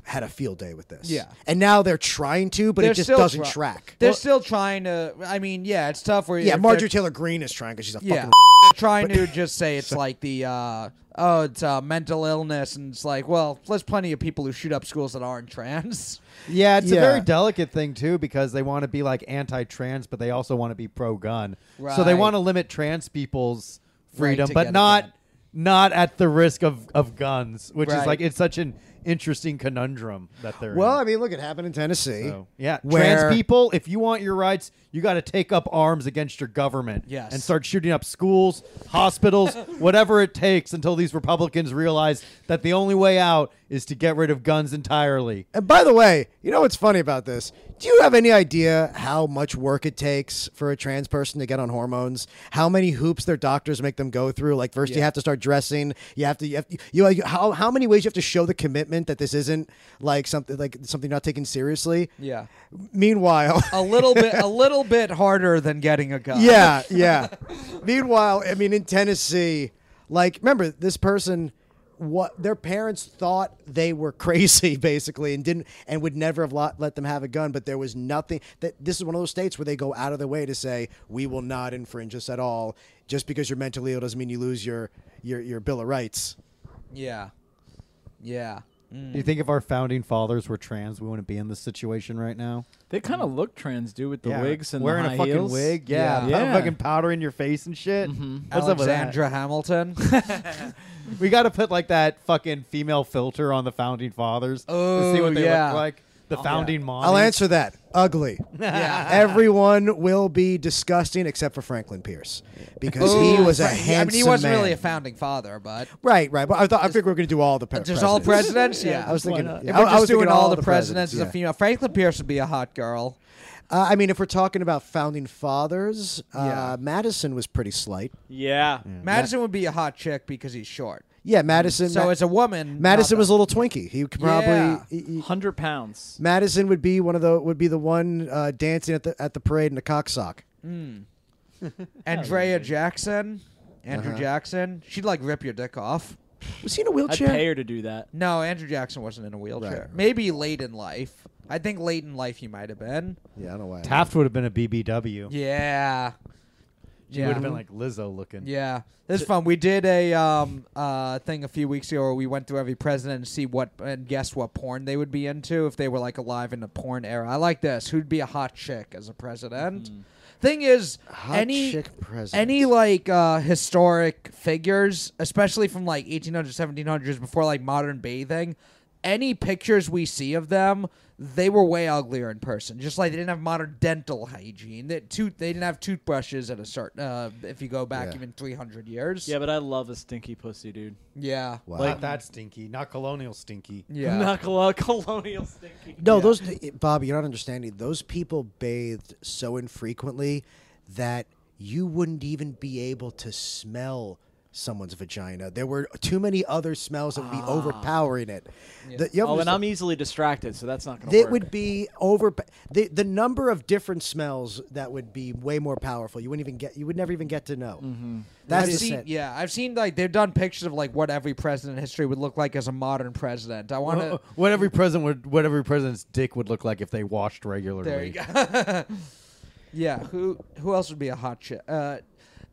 had a field day with this. Yeah. And now they're trying to, but They're it just still doesn't try- track. They're still trying to. I mean, yeah, it's tough. Where yeah, if Marjorie they're- Taylor Greene is trying because she's a Yeah, fucking. they're trying to just say it's like the uh, oh, it's uh, mental illness, and it's like, well, there's plenty of people who shoot up schools that aren't trans. Yeah, it's Yeah. a very delicate thing too because they want to be like anti-trans, but they also want to be pro-gun. So they Right. want to limit trans people's Right, freedom, to get but a not gun. not at the risk of of guns, which Right. is like it's such an interesting conundrum that they're Well, I in. mean, look, it happened in Tennessee. So, yeah, where- trans people, if you want your rights, you got to take up arms against your government Yes. and start shooting up schools, hospitals, whatever it takes until these Republicans realize that the only way out is to get rid of guns entirely. And by the way, you know what's funny about this? Do you have any idea how much work it takes for a trans person to get on hormones? How many hoops their doctors make them go through? Like first you Yeah. have to start dressing. You have to you, have, you know, how how many ways you have to show the commitment that this isn't like something like something not taken seriously? Yeah. Meanwhile, a little bit a little bit harder than getting a gun. yeah, yeah. Meanwhile, I mean, in Tennessee, like, remember this person, what their parents thought they were crazy, basically, and didn't, and would never have lot, let them have a gun. But there was nothing. That this is one of those states where they go out of their way to say, "We will not infringe this at all." Just because you're mentally ill doesn't mean you lose your your your bill of rights. Yeah. Yeah. Do you think if our founding fathers were trans, we wouldn't be in this situation right now? They kind of look trans, dude, with the Yeah. wigs and wearing the high a fucking heels. wig, yeah, Yeah. pow- Yeah. fucking powder in your face and shit. Mm-hmm. What's up with that? Alexandra Hamilton. We got to put like that fucking female filter on the founding fathers to see Oh, what they yeah. look like. The founding mom. I'll answer that. Ugly. yeah. Everyone will be disgusting except for Franklin Pierce because he Ooh, was a right. handsome I mean, he wasn't man. really a founding father, but right, right. But I thought I figured we were going to do all the pre- just all presidents. Yeah, I was thinking. not? yeah, If I- we're I just was thinking doing all the presidents as yeah. a female, Franklin Pierce would be a hot girl. Uh, I mean, if we're talking about founding fathers, uh, Yeah. Madison was pretty slight. Yeah. Madison would be a hot chick because he's short. Yeah, Madison. Mm-hmm. So Ma- as a woman, Madison not was a the- little twinkie. He could probably. Yeah. he- he- 100 pounds. Madison would be one of the would be the one uh, dancing at the at the parade in a cock sock. mm. Andrea Jackson. Andrew Uh-huh. Jackson. She'd like rip your dick off. Was he in a I'd wheelchair? pay her to do that. No, Andrew Jackson wasn't in a wheelchair. Right. Maybe late in life. I think late in life he might have been. Yeah, I don't know why. Taft would have been a BBW. Yeah. She would have been like Lizzo looking. Yeah, this is fun. We did a um, uh, thing a few weeks ago where we went through every president and see what and guess what porn they would be into if they were like alive in the porn era. I like this. Who'd be a hot chick as a president? Mm-hmm. Thing is, Hot any chick president. any like uh, historic figures, especially from like 1800s, 1700s, before like modern bathing, any pictures we see of them, they were way uglier in person. Just like they didn't have modern dental hygiene. That tooth, they didn't have toothbrushes at a certain. Uh, if you go back Yeah. even 300 years. Yeah, but I love a stinky pussy, dude. Yeah. Wow. Not that stinky, not colonial stinky. Yeah. Not colo- colonial stinky. no, those Bobby, you're not understanding. Those people bathed so infrequently that you wouldn't even be able to smell someone's vagina. There were too many other smells that would be overpowering it. The- you Ah. Oh, and understand- I'm easily distracted, so that's not going to It work. would be over the the number of different smells that would be way more powerful. You wouldn't even get you would never even get to know. Mm-hmm. That's I've the seen, set. yeah, I've seen like they've done pictures of like what every president in history would look like as a modern president. I want to. Wha- Uh, What every president would, what every president's dick would look like if they washed regularly. There you go. yeah, who who else would be a hot chick? Uh,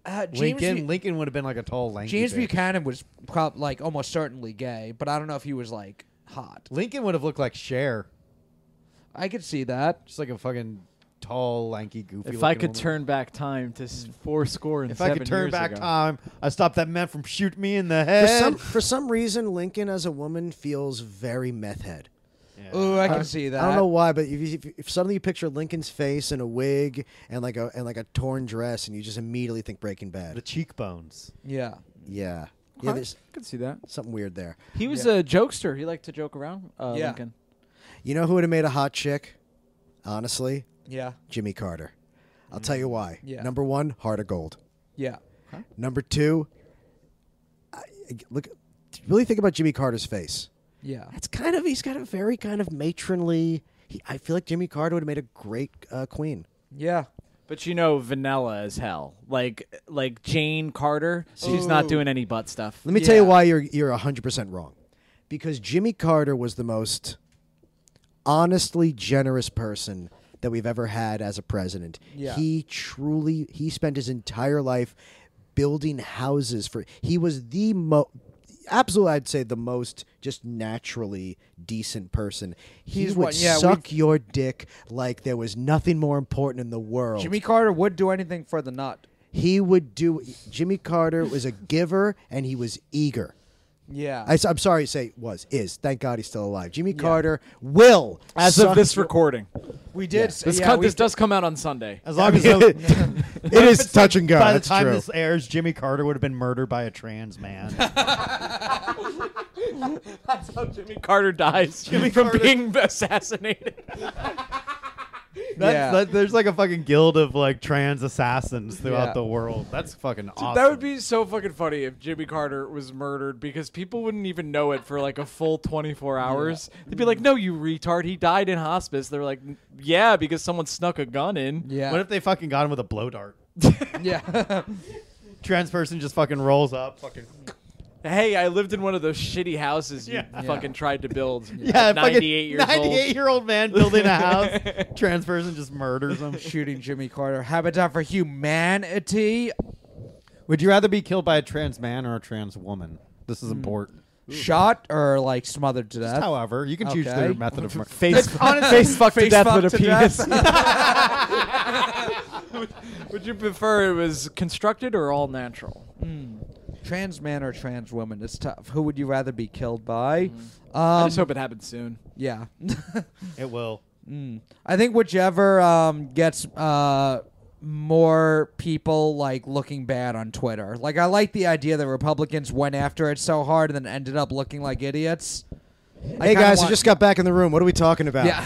uh, James Lincoln, Bu- Lincoln would have been like a tall, lanky. James bitch. Buchanan was prob- like almost certainly gay, but I don't know if he was like hot. Lincoln would have looked like Cher, I could see that. just like a fucking tall, lanky, goofy. If I looking could woman. turn back time to s- four score and if seven I could turn years back ago. time, I stop that man from shooting me in the For head. some for some reason, Lincoln as a woman feels very meth head. Ooh, I can see that. I don't know why, but if, you- if, if suddenly you picture Lincoln's face in a wig and like a and like a torn dress, and you just immediately think Breaking the Bad. cheekbones. Yeah. Yeah, Huh? yeah, there's I could see that. something weird there. He was a jokester. He liked to joke around. Uh, Yeah. Lincoln. You know who would have made a hot chick? Honestly, Yeah. Jimmy Carter. I'll tell you why. Yeah. Number one, heart of gold. Yeah. Number two, I, I- look, really think about Jimmy Carter's face. Yeah. That's kind of he's got a very kind of matronly. He, I feel like Jimmy Carter would have made a great uh, queen. Yeah. But you know, vanilla as hell. Like like Jane Carter, she's Oow. not doing any butt stuff. Let me tell you Yeah. why you're you're hundred percent wrong, because Jimmy Carter was the most honestly generous person that we've ever had as a president. Yeah. He truly he spent his entire life building houses for. He was the mo. Absolutely, I'd say the most just naturally decent person. He He's would one- yeah, we- suck your dick like there was nothing more important in the world. Jimmy Carter would do anything for the nut. he would do. Jimmy Carter was a giver and he was eager. Yeah. I, am sorry to say was is. Thank God he's still alive. Jimmy Carter will As suck of this your- recording, we did. s- this yeah, cut, we this d- does come out on Sunday. As long as it is touch and go. By the that's time true. this airs, Jimmy Carter would have been murdered by a trans man. Jimmy Carter dies from being assassinated. That's, Yeah. that- there's like a fucking guild of like trans assassins throughout Yeah. the world. That's fucking awesome. That would be so fucking funny if Jimmy Carter was murdered because people wouldn't even know it for like a full 24 hours. They'd be like, "No, you retard! He died in hospice." They're like, "Yeah, because someone snuck a gun in." Yeah. What if they fucking got him with a blow dart? yeah. Trans person just fucking rolls up. Fucking Hey, I lived in one of those shitty houses you Yeah. Yeah. fucking tried to build. yeah, at fucking 98 years 98 old. year old man building a house. trans person just murders him. Shooting Jimmy Carter. Habitat for Humanity. Hmm. Would you rather be killed by a trans man or a trans woman? This is important. shot or like smothered to death? However, you can choose Okay. their method of murder. Face, face fucked to face death fucked with a to death. penis. Would you prefer it was constructed or all natural? trans man or trans woman? It's tough. Who would you rather be killed by? I Um, just hope it happens soon. yeah. It will. Mm. I think whichever um, gets uh, more people like looking bad on Twitter. Like I like the idea that Republicans went after it so hard and then ended up looking like idiots. I hey kinda guys, I want- just got back in the room. What are we talking about? Yeah.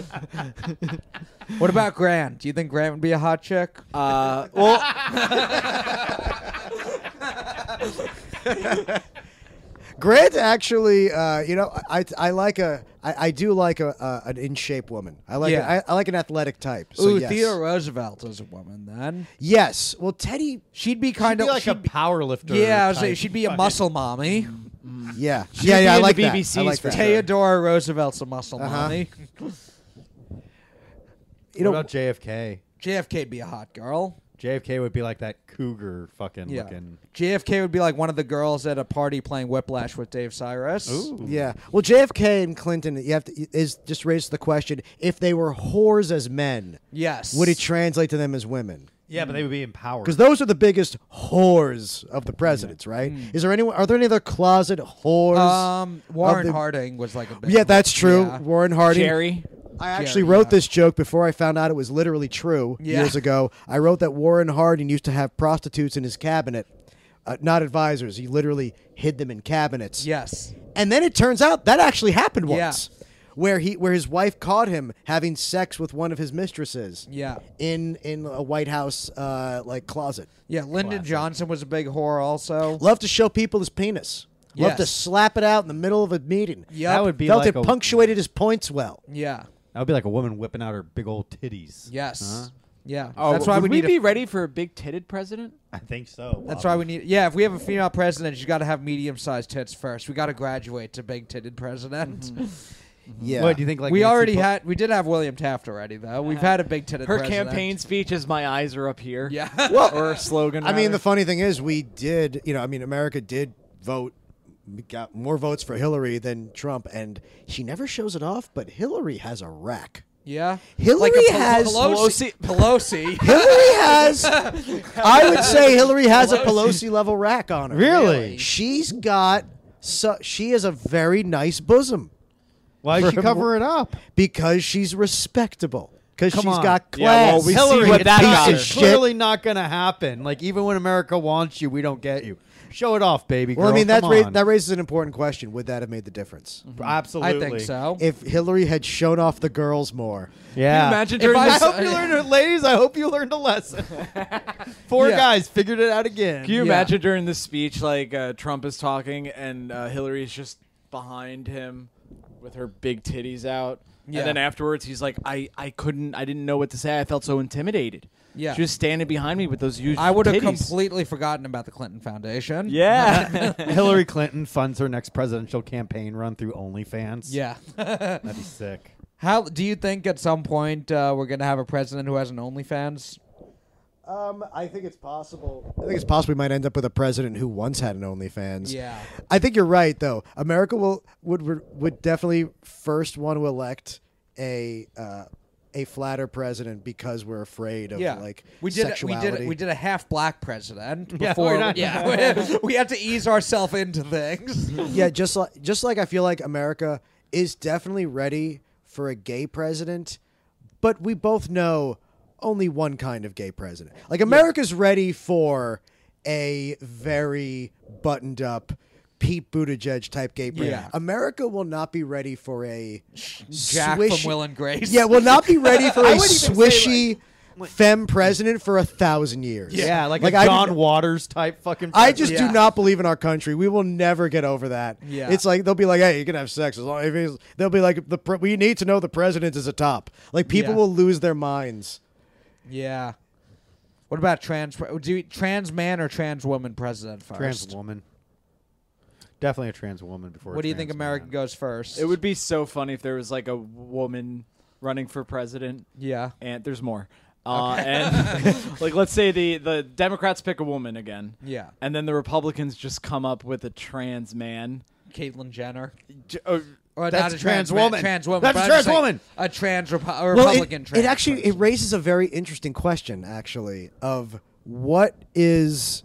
what about Grant? Do you think Grant would be a hot chick? Uh, well, Grant actually, uh, you know, I I like a I, I do like a, a an in shape woman. I like Yeah. I, I like an athletic type. So Ooh, yes. Theodore Roosevelt is a woman then. Yes. Well, Teddy. She'd be kind She'd be of like a power lifter. yeah, I was type. like, she'd be a Fucking- muscle mommy. Yeah. She'd yeah. be Yeah. I in the like that. I BBCs like for that. sure. Theodore Roosevelt's a muscle Uh-huh. mommy. You what know, about JFK? JFK'd be a hot girl. JFK would be like that cougar fucking Yeah. looking. JFK would be like one of the girls at a party playing Whiplash with Dave Cyrus. Ooh. Yeah. Well, JFK and Clinton, you have to is just raised the question: if they were whores as men, Yes. would it translate to them as women? Yeah, but they would be empowered. Because those are the biggest whores of the presidents, right? Is there anyone? Are there any other closet whores? Hmm. um, Warren the- Harding was like a big yeah, one. that's true. Yeah. Warren Harding. Jerry. I actually Jerry, wrote yeah. this joke before I found out it was literally true Yeah. years ago. I wrote that Warren Harding used to have prostitutes in his cabinet, uh, not advisors. He literally hid them in cabinets. Yes. And then it turns out that actually happened Yeah. once. Where he where his wife caught him having sex with one of his mistresses. Yeah. In in a White House uh, like closet. Yeah, Lyndon Classic. Johnson was a big whore also. Love to show people his penis. Love to Yes. slap it out in the middle of a meeting. Yep. That would be Felt like it a, punctuated his points well. Yeah. That would be like a woman whipping out her big old titties. Uh-huh. Yes. Yeah. Oh, that's why we would need we be a, ready for a big titted president? I think so. That's why Wow. we need Yeah, if we have a female president, you got to have medium-sized tits first. We got to graduate to big-titted president. Yeah. Mm-hmm. What do you think? Like we Nancy already Pelosi- had we did have William Taft already though. We've had a big-titted Her president. campaign speech is "My eyes are up here." Yeah. or a slogan. I mean, the rather. funny thing is, we did. You know, I mean, America did vote, we got more votes for Hillary than Trump, and she never shows it off. But Hillary has a rack. Yeah. Hillary Pel- has- Pelosi. Pelosi. Hillary has. I would say Hillary has a Pelosi level rack on her. Really? She's got. So she has a very nice bosom Why is she For- cover it up? because she's respectable. Because Come she's on. got Yeah, well, class. we see Hillary, what it's that not- got it's her. Shit. clearly not going to happen. Like even when America wants you, we don't get you. Show it off, baby. well, I girl. mean, that Come ra- on. Mm-hmm. that raises an important question. Would that have made the difference absolutely. I think so. if Hillary had shown off the girls more? Yeah. Can you imagine If during I I this- hope you learned, it, ladies. I hope you learned a lesson. Four Yeah. guys figured it out again. Can you Yeah. imagine during this speech, like uh, Trump is talking and uh, Hillary is just behind him with her big titties out, Yeah. and then afterwards he's like, "I, I couldn't, I didn't know what to say. I felt so intimidated." Yeah. she was standing behind me with those huge. I would have titties. completely forgotten about the Clinton Foundation. Yeah, Hillary Clinton funds her next presidential campaign run through OnlyFans. Yeah. that'd be sick. How do you think at some point uh, we're gonna have a president who has an OnlyFans? Um, I think it's possible. I think it's possible we might end up with a president who once had an OnlyFans. Yeah. I think you're right, though. America will would would definitely first want to elect a uh, a flatter president because we're afraid of Yeah, like we did. sexuality. We did. We did a half black president Yeah, before. we're not- we had to ease ourselves into things. yeah, just like just like I feel like America is definitely ready for a gay president, but we both know only one kind of gay president. Like America's ready for a very buttoned up Pete Buttigieg type gay president. Yeah. America will not be ready for a Jack swish- from Will and Grace. Yeah, will not be ready for I a would even say, swishy femme president for a thousand years. Yeah, like, Like a I John didn't- Waters type fucking. I just Yeah. do not believe in our country. We will never get over that. Yeah. It's like they'll be like, "Hey, you can have sex as long." If he's- they'll be like, "The pre- we need to know the president is a top." Like people Yeah. will lose their minds. Yeah. What about trans? Do you, trans man or trans woman president first? trans woman. Definitely a trans woman before. a What do you think trans America man. goes first? it would be so funny if there was like a woman running for president. Yeah. and there's more. Uh, And like, let's say the the Democrats pick a woman again. Yeah. And then the Republicans just come up with a trans man. Caitlyn Jenner. J- uh, Or oh, That's not a a trans trans, woman. Trans woman. That's but a I'm trans just saying woman. A trans Repo- a Well, it- Republican. it, trans actually it person. raises a very interesting question, actually, of what is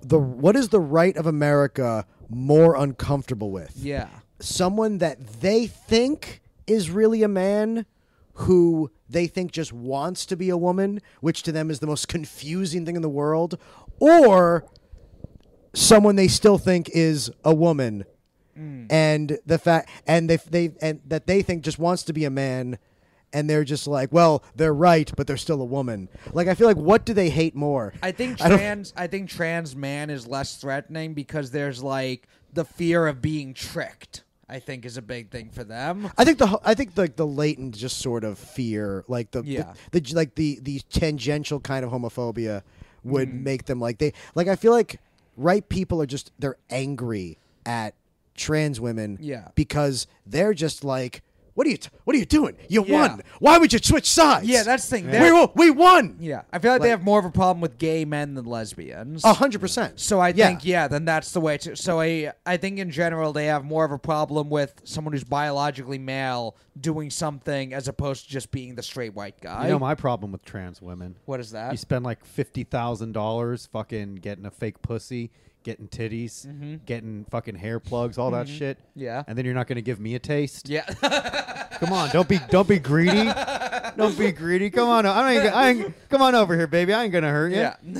the what is the right of America more uncomfortable with? Yeah. someone that they think is really a man who they think just wants to be a woman, which to them is the most confusing thing in the world, or someone they still think is a woman. Mm. And the fact and they they and that they think just wants to be a man and they're just like, well, they're right, but they're still a woman. Like I feel like what do they hate more? I think don't- trans. I, think trans man is less threatening because there's like the fear of being tricked. I think is a big thing for them. I think the ho- I think like the latent just sort of fear, like the, Yeah. the, the- like the the tangential kind of homophobia would Mm-hmm. make them like they like I feel like right people are just they're angry at trans women Yeah. because they're just like what are you t- what are you doing you Yeah. won why would you switch sides Yeah, that's the thing. we, They're- wo- we won Yeah, I feel like, they Like- have more of a problem with gay men than lesbians. a hundred percent So I Yeah. think yeah, then that's the way to. So I I think in general they have more of a problem with someone who's biologically male doing something as opposed to just being the straight white guy. You know my problem with trans women. what is You that? spend like fifty thousand dollars fucking getting a fake pussy, getting titties, getting fucking hair plugs, all that shit. Mm-hmm. Yeah. And then you're not gonna give me a taste. Yeah, Come on, don't be don't be greedy. don't be greedy. Come on, I ain't, I ain't, come on over here, baby. I ain't gonna hurt you. yeah.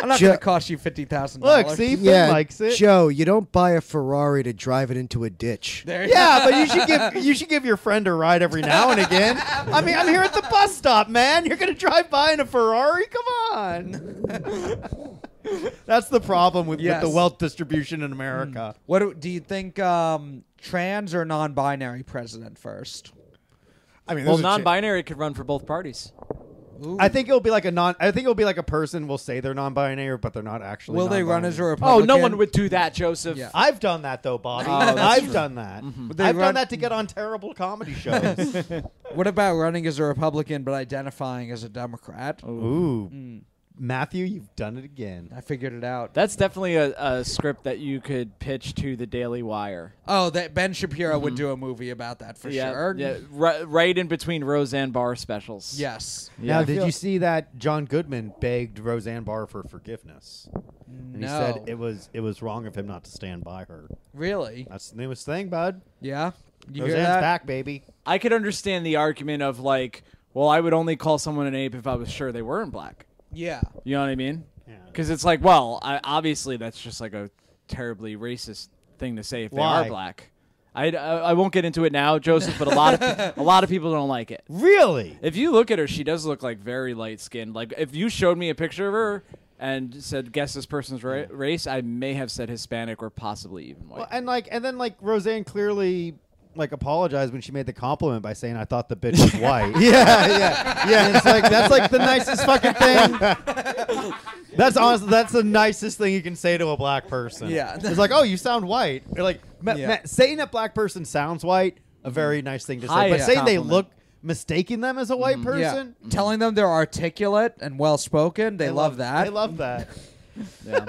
I'm not Ju- gonna cost you fifty thousand. Look, see, Finn yeah likes it. Joe you don't buy a Ferrari to drive it into a ditch there. Yeah, but you should give you should give your friend a ride every now and again. I mean, I'm here at the bus stop, man. You're gonna drive by in a Ferrari? Come on. That's the problem with, Yes. Mm. with the wealth distribution in America. What do, do you think? Um, trans or non-binary president first? I mean well, there's a cha- non-binary could run for both parties. Ooh. I think it'll be like a non. I think it'll be like a person will say they're non-binary, but they're not actually. Will they run non-binary. as a Oh, Republican? no one would do that, Joseph. Yeah. I've done that though, Bobby. Oh, that's I've true. done that. Would Mm-hmm. they I've run- Mm. done that to get on terrible comedy shows. What about running as a Republican but identifying as a Democrat? Oh. Ooh, Matthew, you've done it again. I figured it out. That's definitely a, a script that you could pitch to the Daily Wire. Oh, that Ben Shapiro would do a movie about that for yeah, sure. yeah, right, right in between Roseanne Barr specials. Yes. Yeah. Now, did you see that John Goodman begged Roseanne Barr for forgiveness? And he said No. it was it was wrong of him not to stand by her. Really? That's the newest thing, bud. Yeah. You hear Roseanne's that? back, baby. I could understand the argument of like, well, I would only call someone an ape if I was sure they weren't black. Yeah. You know what I mean? Yeah. Because it's like, well, I, obviously that's just like a terribly racist thing to say if they Why? are black. I, I, I won't get into it now, Joseph, but a lot of pe- a lot of people don't like it. Really? If you look at her, she does look like very light skinned. Like if you showed me a picture of her and said guess this person's ra- race, I may have said Hispanic or possibly even white. Well, and like, and then like Roseanne clearly like apologized when she made the compliment by saying, "I thought the bitch was white." yeah yeah yeah And it's like that's like the nicest fucking thing. That's honestly that's the nicest thing you can say to a black person. Yeah. it's like oh you sound white. Or like ma- Yeah. ma- saying that black person sounds white, a Mm-hmm. very nice thing to say. High but saying they compliment. look mistaking them as a white Mm-hmm. Yeah. person, Telling them they're articulate and well spoken, they, love, that. They love that. yeah.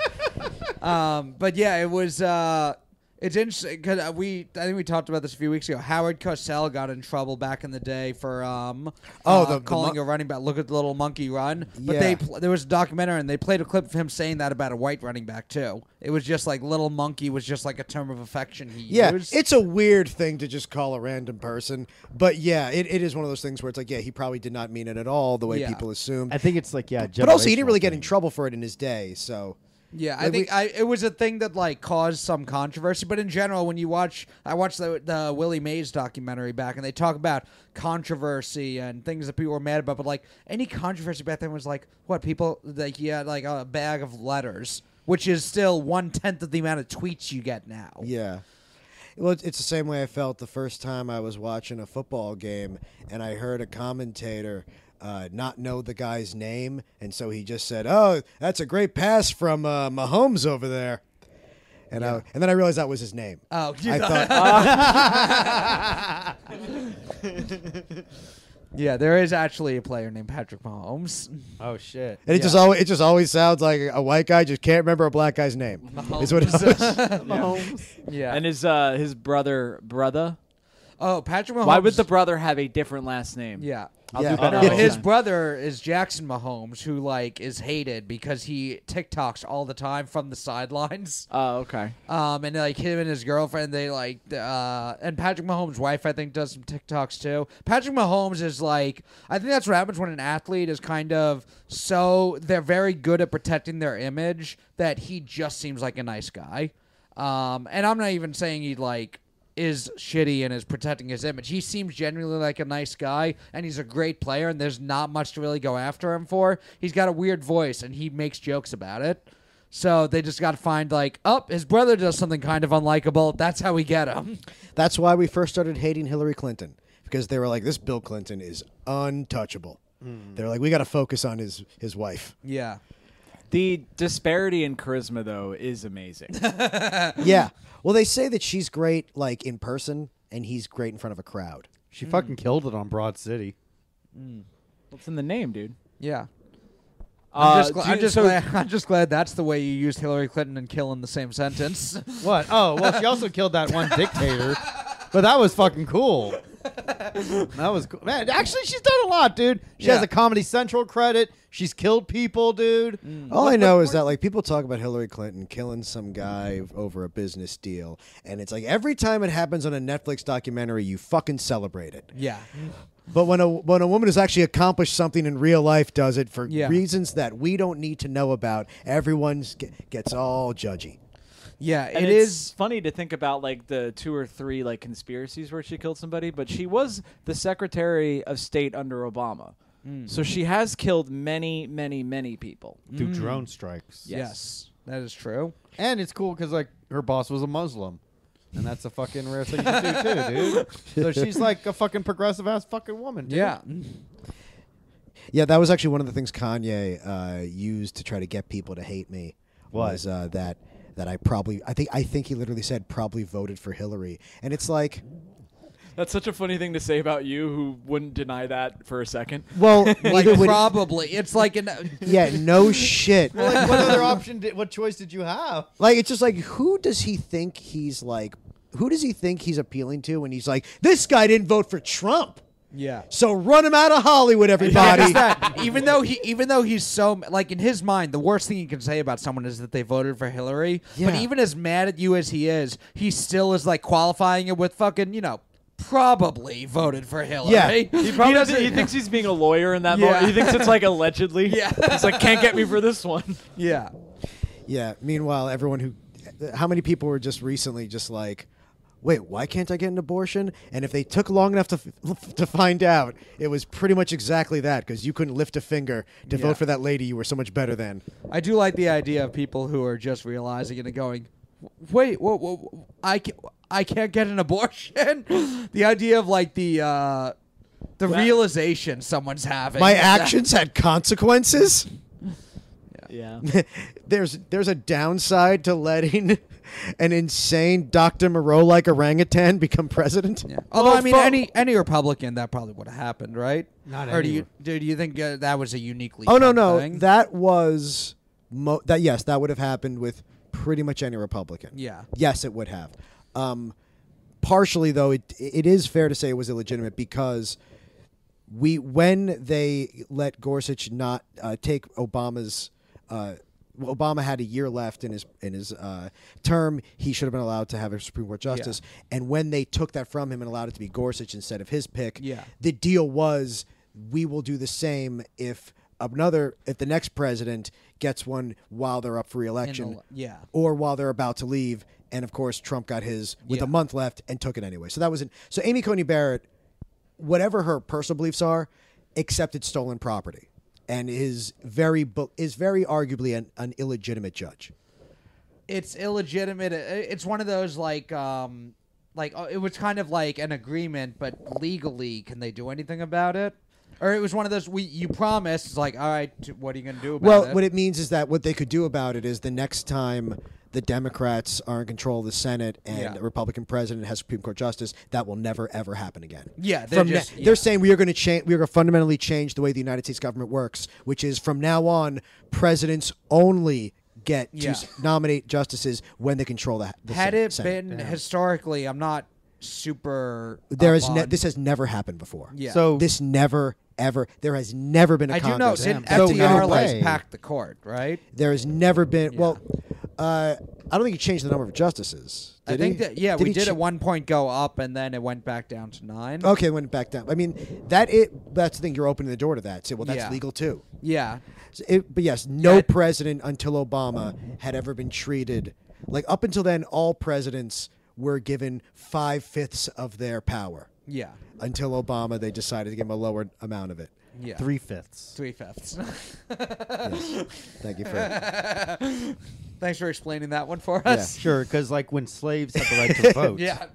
um, but yeah, it was. Uh, it's interesting because we, I think we talked about this a few weeks ago. Howard Cosell got in trouble back in the day for um, Oh, uh, the- the calling a mon- running back. Look at the little monkey run. But Yeah. they pl- there was a documentary and they played a clip of him saying that about a white running back too. It was just like little monkey was just like a term of affection he Yeah, used. it's a weird thing to just call a random person, but yeah, it, it is one of those things where it's like, yeah, he probably did not mean it at all the way Yeah. people assume. I think it's like yeah, But also, he didn't really generational get in thing. trouble for it in his day, so Yeah, I Like, we- think I, it was a thing that like caused some controversy. But in general, when you watch, I watched the, the Willie Mays documentary back, and they talk about controversy and things that people were mad about. But like any controversy back then was like what people like you had like a bag of letters, which is still one tenth of the amount of tweets you get now. Yeah. Well, it's- it's the same way I felt the first time I was watching a football game and I heard a commentator uh, not know the guy's name. And so he just said, Oh, that's a great pass from uh, Mahomes over there. And, I, and then I realized that was his name. Oh, you I thought- thought, Yeah, there is actually a player named Patrick Mahomes. Oh shit. And it just always it just always sounds like a white guy just can't remember a black guy's name. Is what it Oh, is. Yeah. And his uh, his brother brother. oh, Patrick Mahomes. Why would the brother have a different last name? Yeah. I'll Yeah. do better. No, Oh, next his time. brother is Jackson Mahomes, who like is hated because he TikToks all the time from the sidelines. Oh, okay. Um, and like him and his girlfriend, they like, uh, and Patrick Mahomes' wife, I think, does some TikToks too. Patrick Mahomes is like, I think that's what happens when an athlete is kind of so they're very good at protecting their image that he just seems like a nice guy. Um, and I'm not even saying he like is shitty and is protecting his image. He seems genuinely like a nice guy and he's a great player and there's not much to really go after him for. He's got a weird voice and he makes jokes about it. So they just got to find like, oh, his brother does something kind of unlikable. That's how we get him. That's why we first started hating Hillary Clinton because they were like, this Bill Clinton is untouchable. They're like, we got to focus on his his wife. Yeah. The disparity in charisma though is amazing. yeah. Well, they say that she's great like in person, and he's great in front of a crowd. She fucking killed it on Broad City. What's in the name, dude? Yeah. Uh, I'm just, gla- do I'm, you- just so- glad, I'm just glad that's the way you used Hillary Clinton and kill in the same sentence. What? Oh, well, she also killed that one dictator, but that was fucking cool. That was cool. Man, actually, she's done a lot, dude. She has Yeah. a Comedy Central credit. She's killed people, dude. Mm. All I know is that like people talk about Hillary Clinton killing some guy over a business deal, and it's like every time it happens on a Netflix documentary, you fucking celebrate it. yeah. But when a when a woman has actually accomplished something in real life, does it for Yeah. reasons that we don't need to know about, everyone gets all judgy. Yeah. And it it's is. funny to think about like the two or three like conspiracies where she killed somebody, but she was the Secretary of State under Obama, so she has killed many, many, many people. Through drone strikes. Yeah. Yes. That is true. And it's cool because, like, her boss was a Muslim. And that's a fucking rare thing to do, too, dude. So she's like a fucking progressive ass fucking woman, dude. Yeah. Yeah, that was actually one of the things Kanye uh, used to try to get people to hate me. What? Was uh, that that I probably I think I think he literally said probably voted for Hillary, and it's like, That's such a funny thing to say about you, who wouldn't deny that for a second. well, Like, neither would- probably. It's like an. yeah, no shit. Well, like, what other option did, what choice did you have? Like it's just like who does he think he's like? Who does he think he's appealing to? When he's like, this guy didn't vote for Trump, Yeah. so run him out of Hollywood, Yeah, everybody. it's that. even though he, even though he's so like in his mind, the worst thing you can say about someone is that they voted for Hillary. But Yeah. even as mad at you as he is, he still is like qualifying it with fucking you know probably voted for Hillary. Yeah. He He probably doesn't- he thinks he's being a lawyer in that Yeah. moment. He thinks it's like allegedly. Yeah. he's like can't get me for this one. yeah. yeah. Meanwhile, everyone who, uh, how many people were just recently just like, wait, why can't I get an abortion? And if they took long enough to f- to find out, it was pretty much exactly that because you couldn't lift a finger to Yeah. vote for that lady you were so much better than. I do like the idea of people who are just realizing it and going, wait, whoa, whoa, whoa, I can't, I can't get an abortion. the idea of like the uh, the realization someone's having. My is that- actions had consequences. Yeah, there's there's a downside to letting an insane Dr. Moreau like orangutan become president. Yeah. Although Well, I mean, fo- any any Republican that probably would have happened, right? Not or do you anywhere. do, do you think uh, that was a uniquely? Oh no Trump no, thing? that was mo- that yes, that would have happened with pretty much any Republican. Yeah. Yes, it would have. Um, partially though, it it is fair to say it was illegitimate because we when they let Gorsuch not uh, take Obama's uh, well, Obama had a year left in his in his uh, term. He should have been allowed to have a Supreme Court justice. And when they took that from him and allowed it to be Gorsuch instead of his pick, Yeah. the deal was we will do the same if another if the next president gets one while they're up for reelection, le- yeah. or while they're about to leave. And of course, Trump got his with Yeah. a month left and took it anyway. So that wasn't so Amy Coney Barrett whatever her personal beliefs are, accepted stolen property, and is very bu- is very arguably an, an illegitimate judge. it's illegitimate. I- It's one of those like um like uh, it was kind of like an agreement, but legally, can they do anything about it? Or it was one of those we you promised. It's like, all right, t- what are you gonna do about Well, it? what it means is that what they could do about it is the next time the Democrats are in control of the Senate and Yeah. a Republican president has Supreme Court justice, that will never ever happen again. Yeah, they're From na- just- yeah. they're saying we are going to change. We are going to fundamentally change the way the United States government works, which is from now on, presidents only get to Yeah. s- nominate justices when they control the. the Had Sen- it Senate. been historically, I'm not super. There up is ne- on- this has never happened before. Yeah. So This never ever there has never been a I do know. Congress. Didn't that So FDR no like way. pack the court, right? There has never been. Well, uh, I don't think he changed the number of justices. I did think he? that yeah, we he Oh. did cha- at one point go up, and then it went back down to nine. Okay, went back down. I mean, that it. That's the thing. You're opening the door to that. Say, well, that's Yeah. legal too. Yeah, So it- but yes, no Yeah. president until Obama had ever been treated like up until then. All presidents were given five fifths of their power. yeah, Until Obama, they decided to give him a lower amount of it. yeah. three fifths. three fifths. Thank you for. Thanks for explaining that one for us. Sure, because like when slaves had the right to vote, Yeah,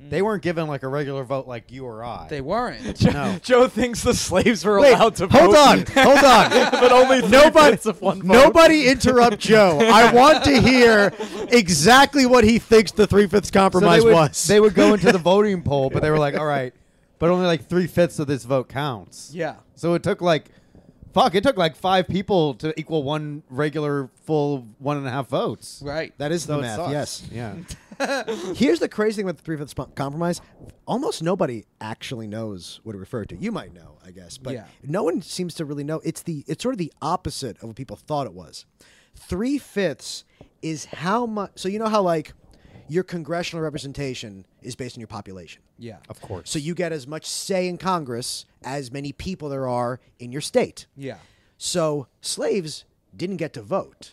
they weren't given like a regular vote like you or I. they weren't. Joe, No. Joe thinks the slaves were Wait, allowed to hold vote. on, hold on. but only three Nobody, fifths of one vote. nobody interrupt Joe, I want to hear exactly what he thinks the three fifths So they compromise would, was. They would go into the voting poll, but they were like, all right, but only like three fifths of this vote counts. Yeah. So it took like, fuck, it took like five people to equal one regular full one and a half votes. Right. that is So the it math. sucks. Yes. Yeah. Here's the crazy thing about the three fifths compromise: almost nobody actually knows what it referred to. You might know, I guess, but Yeah. no one seems to really know. It's the it's sort of the opposite of what people thought it was. Three fifths is how much. So you know how like your congressional representation is based on your population. yeah. Of course. So you get as much say in Congress as many people there are in your state. Yeah. So slaves didn't get to vote,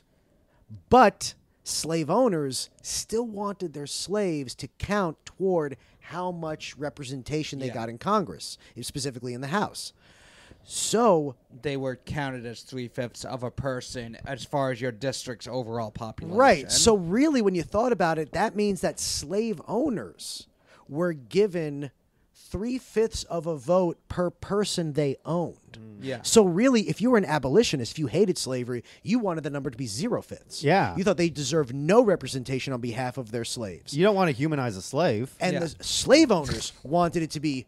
but slave owners still wanted their slaves to count toward how much representation they Yeah. got in Congress, specifically in the House. So They were counted as three fifths of a person as far as your district's overall population. Right. So really, when you thought about it, that means that slave owners were given three fifths of a vote per person they owned. Mm. Yeah. So really, if you were an abolitionist, if you hated slavery, you wanted the number to be zero fifths. Yeah. You thought they deserved no representation on behalf of their slaves. you don't want to humanize a slave. And Yeah. the slave owners wanted it to be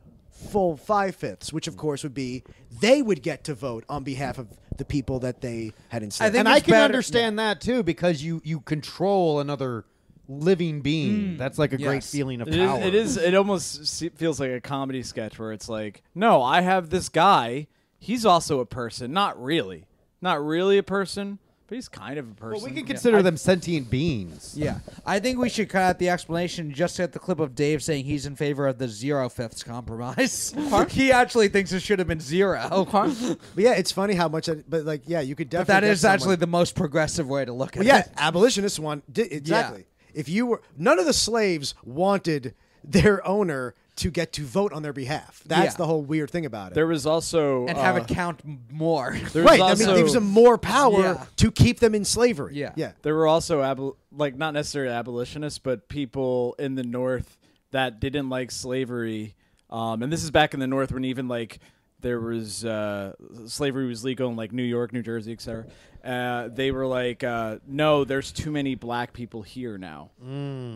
full five fifths, which of course would be they would get to vote on behalf of the people that they had enslaved. think and I it's can better- understand that too because you you control another living being. That's like a great yes. feeling of It power. is, it is. It almost se- feels like a comedy sketch where it's like, no, I have this guy. He's also a person. Not really. Not really a person, but he's kind of a person. But we can consider them sentient beings. Yeah, I think we should cut out the explanation. and Just get the clip of Dave saying he's in favor of the zero fifths compromise. he actually thinks it should have been zero. But yeah, it's funny how much. That, but like, yeah, you could But definitely. that get is someone- actually the most progressive way to look at Well, yeah, it. abolitionists want di- exactly. If you were none of the slaves wanted their owner to get to vote on their behalf. That's Yeah. the whole weird thing about it. There was also and have uh, it count m- more. there was right. I mean, also- it gives them more power Yeah. to keep them in slavery. Yeah. Yeah. There were also abol- like not necessarily abolitionists, but people in the North that didn't like slavery. Um, and this is back in the North when even like there was uh, slavery was legal in like New York, New Jersey, etc. Uh, they were like, uh, no, there's too many black people here now.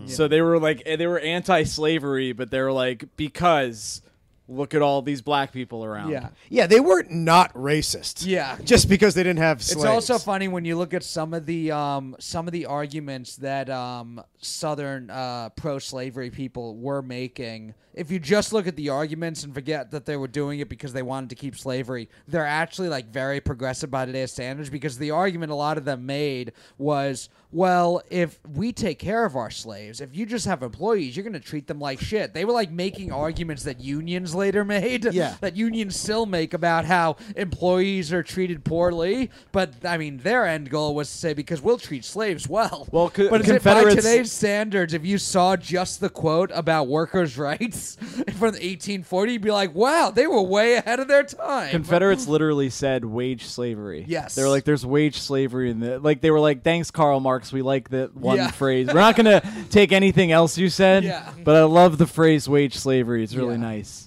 So they were like, eh, they were anti-slavery, but they were like because look at all these black people around. yeah. Yeah, they weren't not racist. Yeah. Just because they didn't have It's slaves. also funny when you look at some of the um, some of the arguments that um, Southern uh, pro-slavery people were making. If you just look at the arguments and forget that they were doing it because they wanted to keep slavery, they're actually like very progressive by today's standards. Because the argument a lot of them made was, well, if we take care of our slaves, if you just have employees, you're going to treat them like shit. They were like making arguments that unions later made. Yeah. that unions still make about how employees are treated poorly. But I mean, their end goal was to say because we'll treat slaves well. Well, co- but is it by Confederates- today's standards, if you saw just the quote about workers' rights from 1840, you'd be like, wow, they were way ahead of their time. Confederates literally said wage slavery. Yes. they were like, "There's wage slavery," in the like they were like, "Thanks, Karl Marx. We like that one Yeah. phrase. We're not gonna take anything else you said." Yeah. But I love the phrase "wage slavery." It's really Yeah. nice.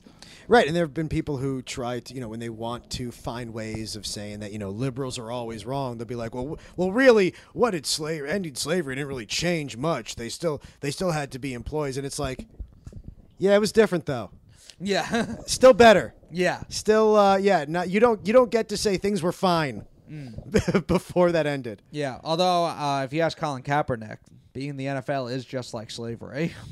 Right, and there have been people who try to, you know, when they want to find ways of saying that, you know, liberals are always wrong, they'll be like, well, w- well, really, what did slavery? Ending slavery didn't really change much. They still, they still had to be employees, and it's like, yeah, it was different though. Yeah. Still better. yeah. Still, uh, yeah. Not you don't, you don't get to say things were fine before that ended. Yeah. Although, uh, if you ask Colin Kaepernick, being in the NFL is just like slavery.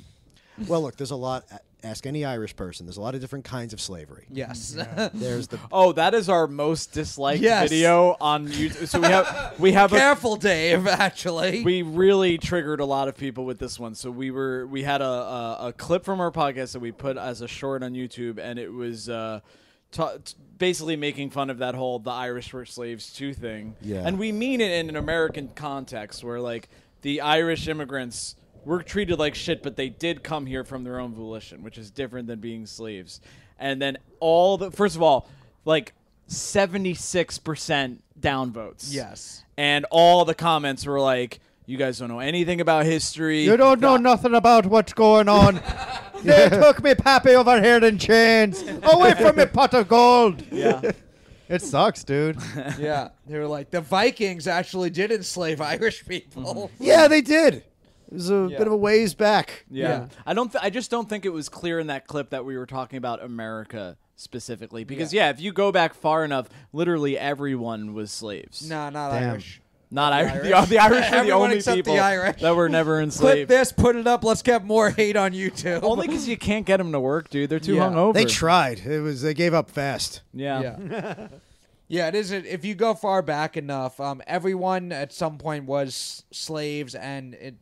Well, look, there's a lot. Ask any Irish person. There's a lot of different kinds of slavery. yes. There's the Oh, that is our most disliked Yes. video on YouTube. So we have we have a, Careful, Dave, actually. we really triggered a lot of people with this one. So we were we had a a, a clip from our podcast that we put as a short on YouTube, and it was. Uh, ta t- basically making fun of that whole the Irish were slaves too thing. Yeah. And we mean it in an American context where like the Irish immigrants were treated like shit, but they did come here from their own volition, which is different than being slaves. And then all the first of all, like seventy six percent downvotes. Yes. And all the comments were like, "You guys don't know anything about history. You don't know nothing about what's going on. they took me pappy over here in chains, away from me pot of gold. Yeah. It sucks, dude. yeah. They were like, the Vikings actually did enslave Irish people. yeah, they did. It was a Yeah. bit of a ways back. Yeah. Yeah. I don't. Th- I just don't think it was clear in that clip that we were talking about America specifically, because yeah, if you go back far enough, literally everyone was slaves. No, not Damn. Irish. not Irish. The, uh, Irish. the Irish were the Everyone only except the people Irish. that were never Clip enslaved. this, put it up. Let's get more hate on YouTube. Only because you can't get them to work, dude. They're too Yeah. hungover. They tried. It was they gave up fast. yeah. Yeah. yeah, it is. If you go far back enough, um, everyone at some point was slaves and it,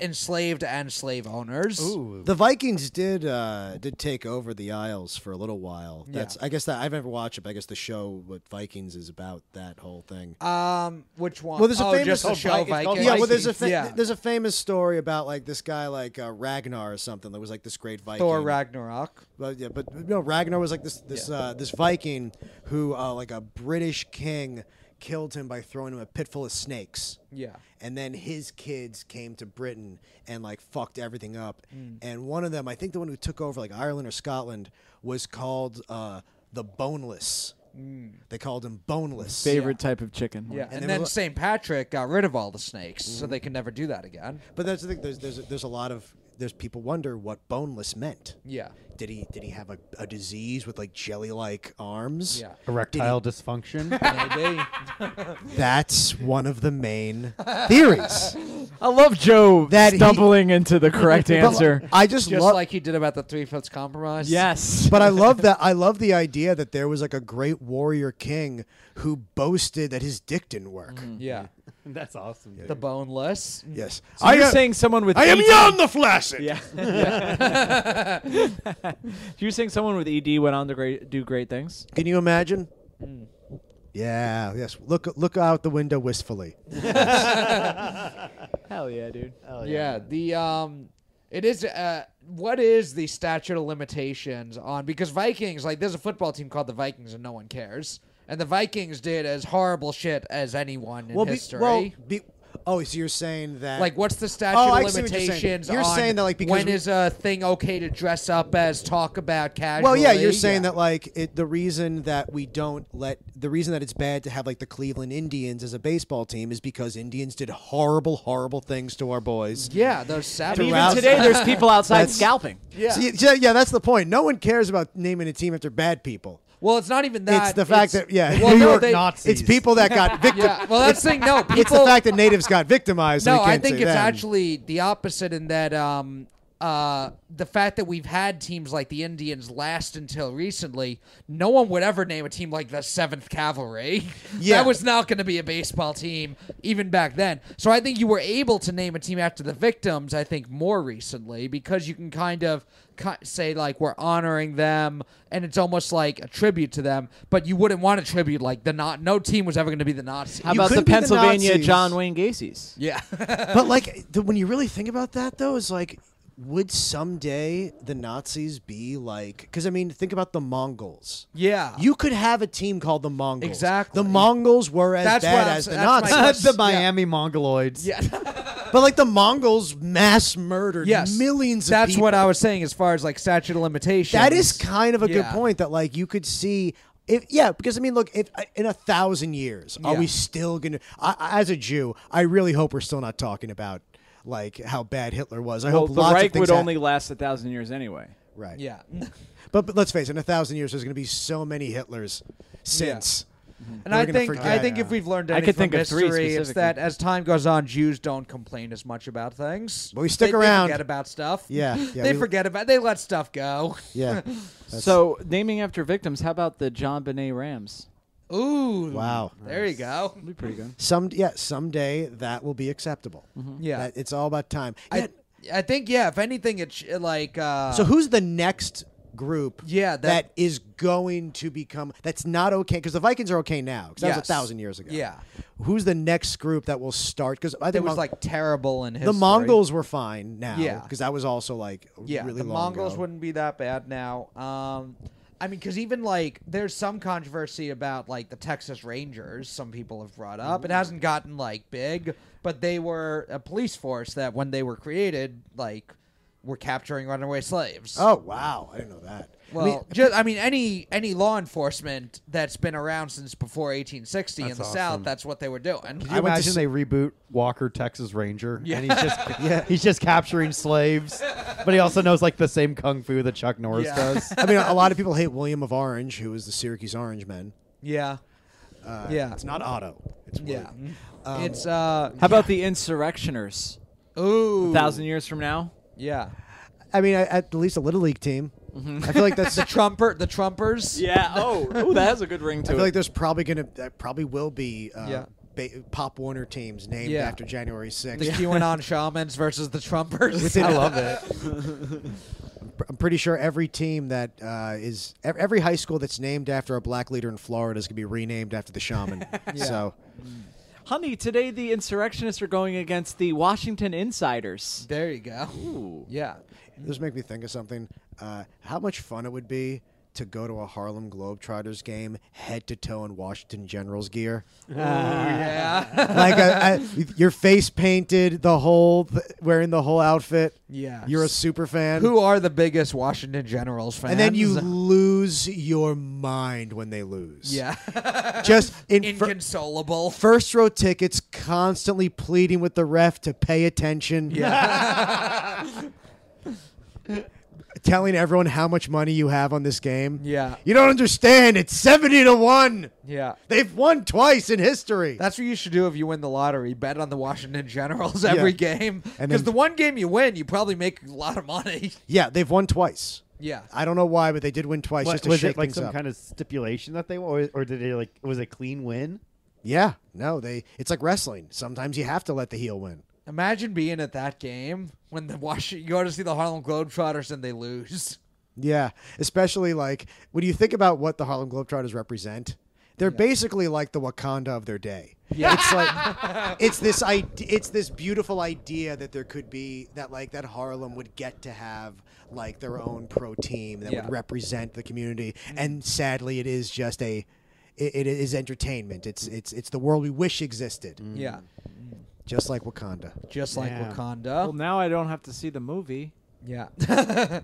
enslaved and slave owners. Ooh. The Vikings did uh, did take over the Isles for a little while. That's I guess that I've never watched it. But I guess the show what Vikings is about that whole thing. Um, which one? Well, there's a oh, famous- just the it's show called Vi- it's called Vikings. yeah, well, there's a Vikings, fa- yeah. there's a famous story about like this guy like uh, Ragnar or something that was like this great Viking. Thor Ragnarok. Well, yeah, but no, Ragnar was like this this uh, this Viking who uh, like a British king killed him by throwing him a pit full of snakes. Yeah. And then his kids came to Britain and like fucked everything up. And one of them, I think the one who took over like Ireland or Scotland, was called uh, the Boneless. They called him Boneless. Favorite type of chicken. Yeah, and, there then was a- St. Patrick got rid of all the snakes, so they can never do that again. But that's the thing. There's there's there's a lot of there's people wonder what boneless meant. Yeah. Did he did he have a, a disease with like jelly like arms? Yeah. Erectile dysfunction. Maybe. That's one of the main theories. I love Joe That he- stumbling into the correct But answer. I just, Just love. like he did about the three fifths compromise. yes. but I love that. I love the idea that there was like a great warrior king who boasted that his dick didn't work. Yeah. That's awesome. Dude. The boneless. Yes. I am saying someone with I am 18 young the flaccid. Yeah. You're saying someone with ED went on to great, do great things? Can you imagine? Mm. Yeah. Yes. Look look out the window wistfully. Hell yeah, dude. yeah. The um, it is uh, what is the statute of limitations on because Vikings like there's a football team called the Vikings and no one cares, and the Vikings did as horrible shit as anyone in Well, be, history. well, be, oh, so you're saying that like what's the statute Oh, I of see what you're saying. limitations You're on saying that, like, because when we- is a thing okay to dress up as talk about casually Well, yeah, you're saying Yeah. that like it, the reason that we don't let the reason that it's bad to have like the Cleveland Indians as a baseball team is because Indians did horrible, horrible things to our boys. yeah those savages even rouse- today, there's people outside That's- scalping. yeah. See, yeah, yeah, that's the point. No one cares about naming a team after bad people. well it's not even that it's the fact it's- that yeah, well, New no, York they, Nazis. it's people that got victim. yeah well that's the thing no people It's the fact that natives got victimized. and No, we I can't think say it's them. actually the opposite in that um, uh, the fact that we've had teams like the Indians last until recently, no one would ever name a team like the Seventh Cavalry. Yeah. that was not going to be a baseball team even back then. So I think you were able to name a team after the victims. I think more recently because you can kind of ki- say like we're honoring them, and it's almost like a tribute to them. But you wouldn't want a tribute like the not. No team was ever going to be the Nazis. How You about the couldn't be the Pennsylvania Nazis. John Wayne Gacy's? yeah. but like the, when you really think about that though is like would someday the nazis be like because i mean think about the mongols Yeah. you could have a team called the mongols Exactly. the mongols were as That's what bad I'm as sa- the that's my nazis the Miami Mongoloids. yeah. But like the Mongols mass murdered Yes, millions of That's people. what I was saying as far as like statute of limitations. That is kind of a good Yeah. point that like you could see if yeah because I mean look if uh, in a thousand years are Yeah. we still gonna I, I- as a Jew I really hope we're still not talking about like how bad Hitler was I Well, hope the lots of Reich things would hap- only last a thousand years anyway. right Yeah. but, but let's face it in a thousand years there's gonna be so many Hitlers since And We're I gonna think I forget. think if we've learned I anything could think from of three history, it's specifically. that as time goes on, Jews don't complain as much about things. But we They- stick they around. forget about stuff. Yeah, yeah, they we- forget about. They let stuff go. yeah so naming after victims, how about the John Benet Rams? Ooh. Wow. There you go. That'd be pretty good. some yeah someday that will be acceptable Mm-hmm. Yeah. That- it's all about time Yeah, I, I think yeah. If anything, it's like uh, So who's the next group? Yeah, that that- is going to become that's not okay because the Vikings are okay now because that was Yes. a thousand years ago. Yeah. who's the next group that will start? Because I it think was Mon- like terrible in the history. Mongols were fine now. Yeah. because that was also like Yeah, really the long Mongols ago. wouldn't be that bad now. Um, I mean, because even like there's some controversy about like the Texas Rangers. Some people have brought up. It hasn't gotten like big, but they were a police force that when they were created, like were capturing runaway slaves. Oh wow, I didn't know that. I Well, mean, just I mean, any any law enforcement that's been around since before 1860 in That's the awesome. South, that's what they were doing. Can you I went to imagine s- they reboot Walker Texas Ranger and he's just he's just capturing slaves, but he also knows like the same kung fu that Chuck Norris Yeah. does. I mean, a lot of people hate William of Orange, who was the Syracuse Orange man. Yeah, Uh, Yeah. it's not Otto. It's yeah. William. Um, it's uh, How about the insurrectioners? ooh, A thousand years from now? yeah. I mean, I- at least a little league team. Mm-hmm. I feel like that's The trumper, the trumpers. Yeah. Oh, ooh, that has a good ring I to it. feel like there's probably gonna that probably will be uh, Yeah. ba- pop Warner teams named Yeah. after January 6th. The QAnon shamans versus the Trumpers. I love it. I'm pretty sure every team that uh, is ev- every high school that's named after a black leader in Florida is gonna be renamed after the shaman. So Honey, today the insurrectionists are going against the Washington insiders. There you go. Ooh. Yeah. this make me think of something. Uh, how much fun it would be to go to a Harlem Globetrotters game head to toe in Washington Generals gear. Ah. yeah. like I, I, your face painted, the whole th- wearing the whole outfit. Yes. you're a super fan. Who are the biggest Washington Generals fans? and then you uh, lose your mind when they lose. Yeah. Just in fir- Inconsolable. first row tickets, constantly pleading with the ref to pay attention. Yeah. Telling everyone how much money you have on this game. Yeah. You don't understand. It's 70 to 1. yeah. They've won twice in history. That's what you should do if you win the lottery. Bet on the Washington Generals every Yeah. game. And Because the then- one game you win, you probably make a lot of money. yeah, they've won twice. Yeah. I don't know why, but they did win twice What- just to was shake it like things some up. kind of stipulation that they or, or did they like was it a clean win? yeah. No, they it's like wrestling. Sometimes you have to let the heel win. Imagine being at that game when the Washington, you go to see the Harlem Globetrotters and they lose. Yeah, especially like when you think about what the Harlem Globetrotters represent, they're basically like the Wakanda of their day. Yeah. It's like it's this idea, it's this beautiful idea that there could be that like that Harlem would get to have like their own pro team that Yeah. Mm. would represent the community, and sadly, it is just a it, it is entertainment. It's it's it's the world we wish existed, Yeah. just like Wakanda. Just like Damn. Wakanda. Well, now I don't have to see the movie. Yeah.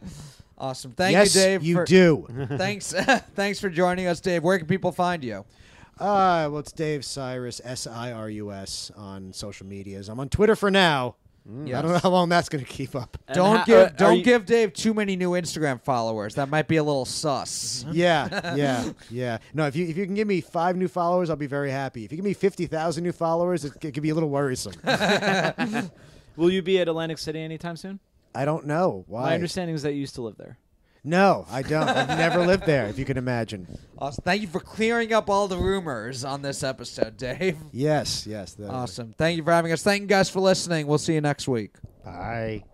awesome. Thank yes, you, Dave. for, do. Thanks. thanks for joining us, Dave. Where can people find you? Uh, well, it's Dave Cyrus, S I R U S, on social medias. I'm on Twitter for now. I don't know how long that's going to keep up. And Don't how- uh, give are don't you- give Dave too many new Instagram followers. That might be a little sus. Mm-hmm. Yeah, yeah, yeah. No, if you if you can give me five new followers, I'll be very happy. If you give me fifty thousand new followers, it, it could be a little worrisome. Will you be at Atlantic City anytime soon? I don't know why. My understanding is that you used to live there. No, I don't. I've never lived there. If you can imagine. Awesome. Thank you for clearing up all the rumors on this episode, Dave. Yes, yes. that- Awesome. Thank you for having us. Thank you guys for listening. We'll see you next week. Bye.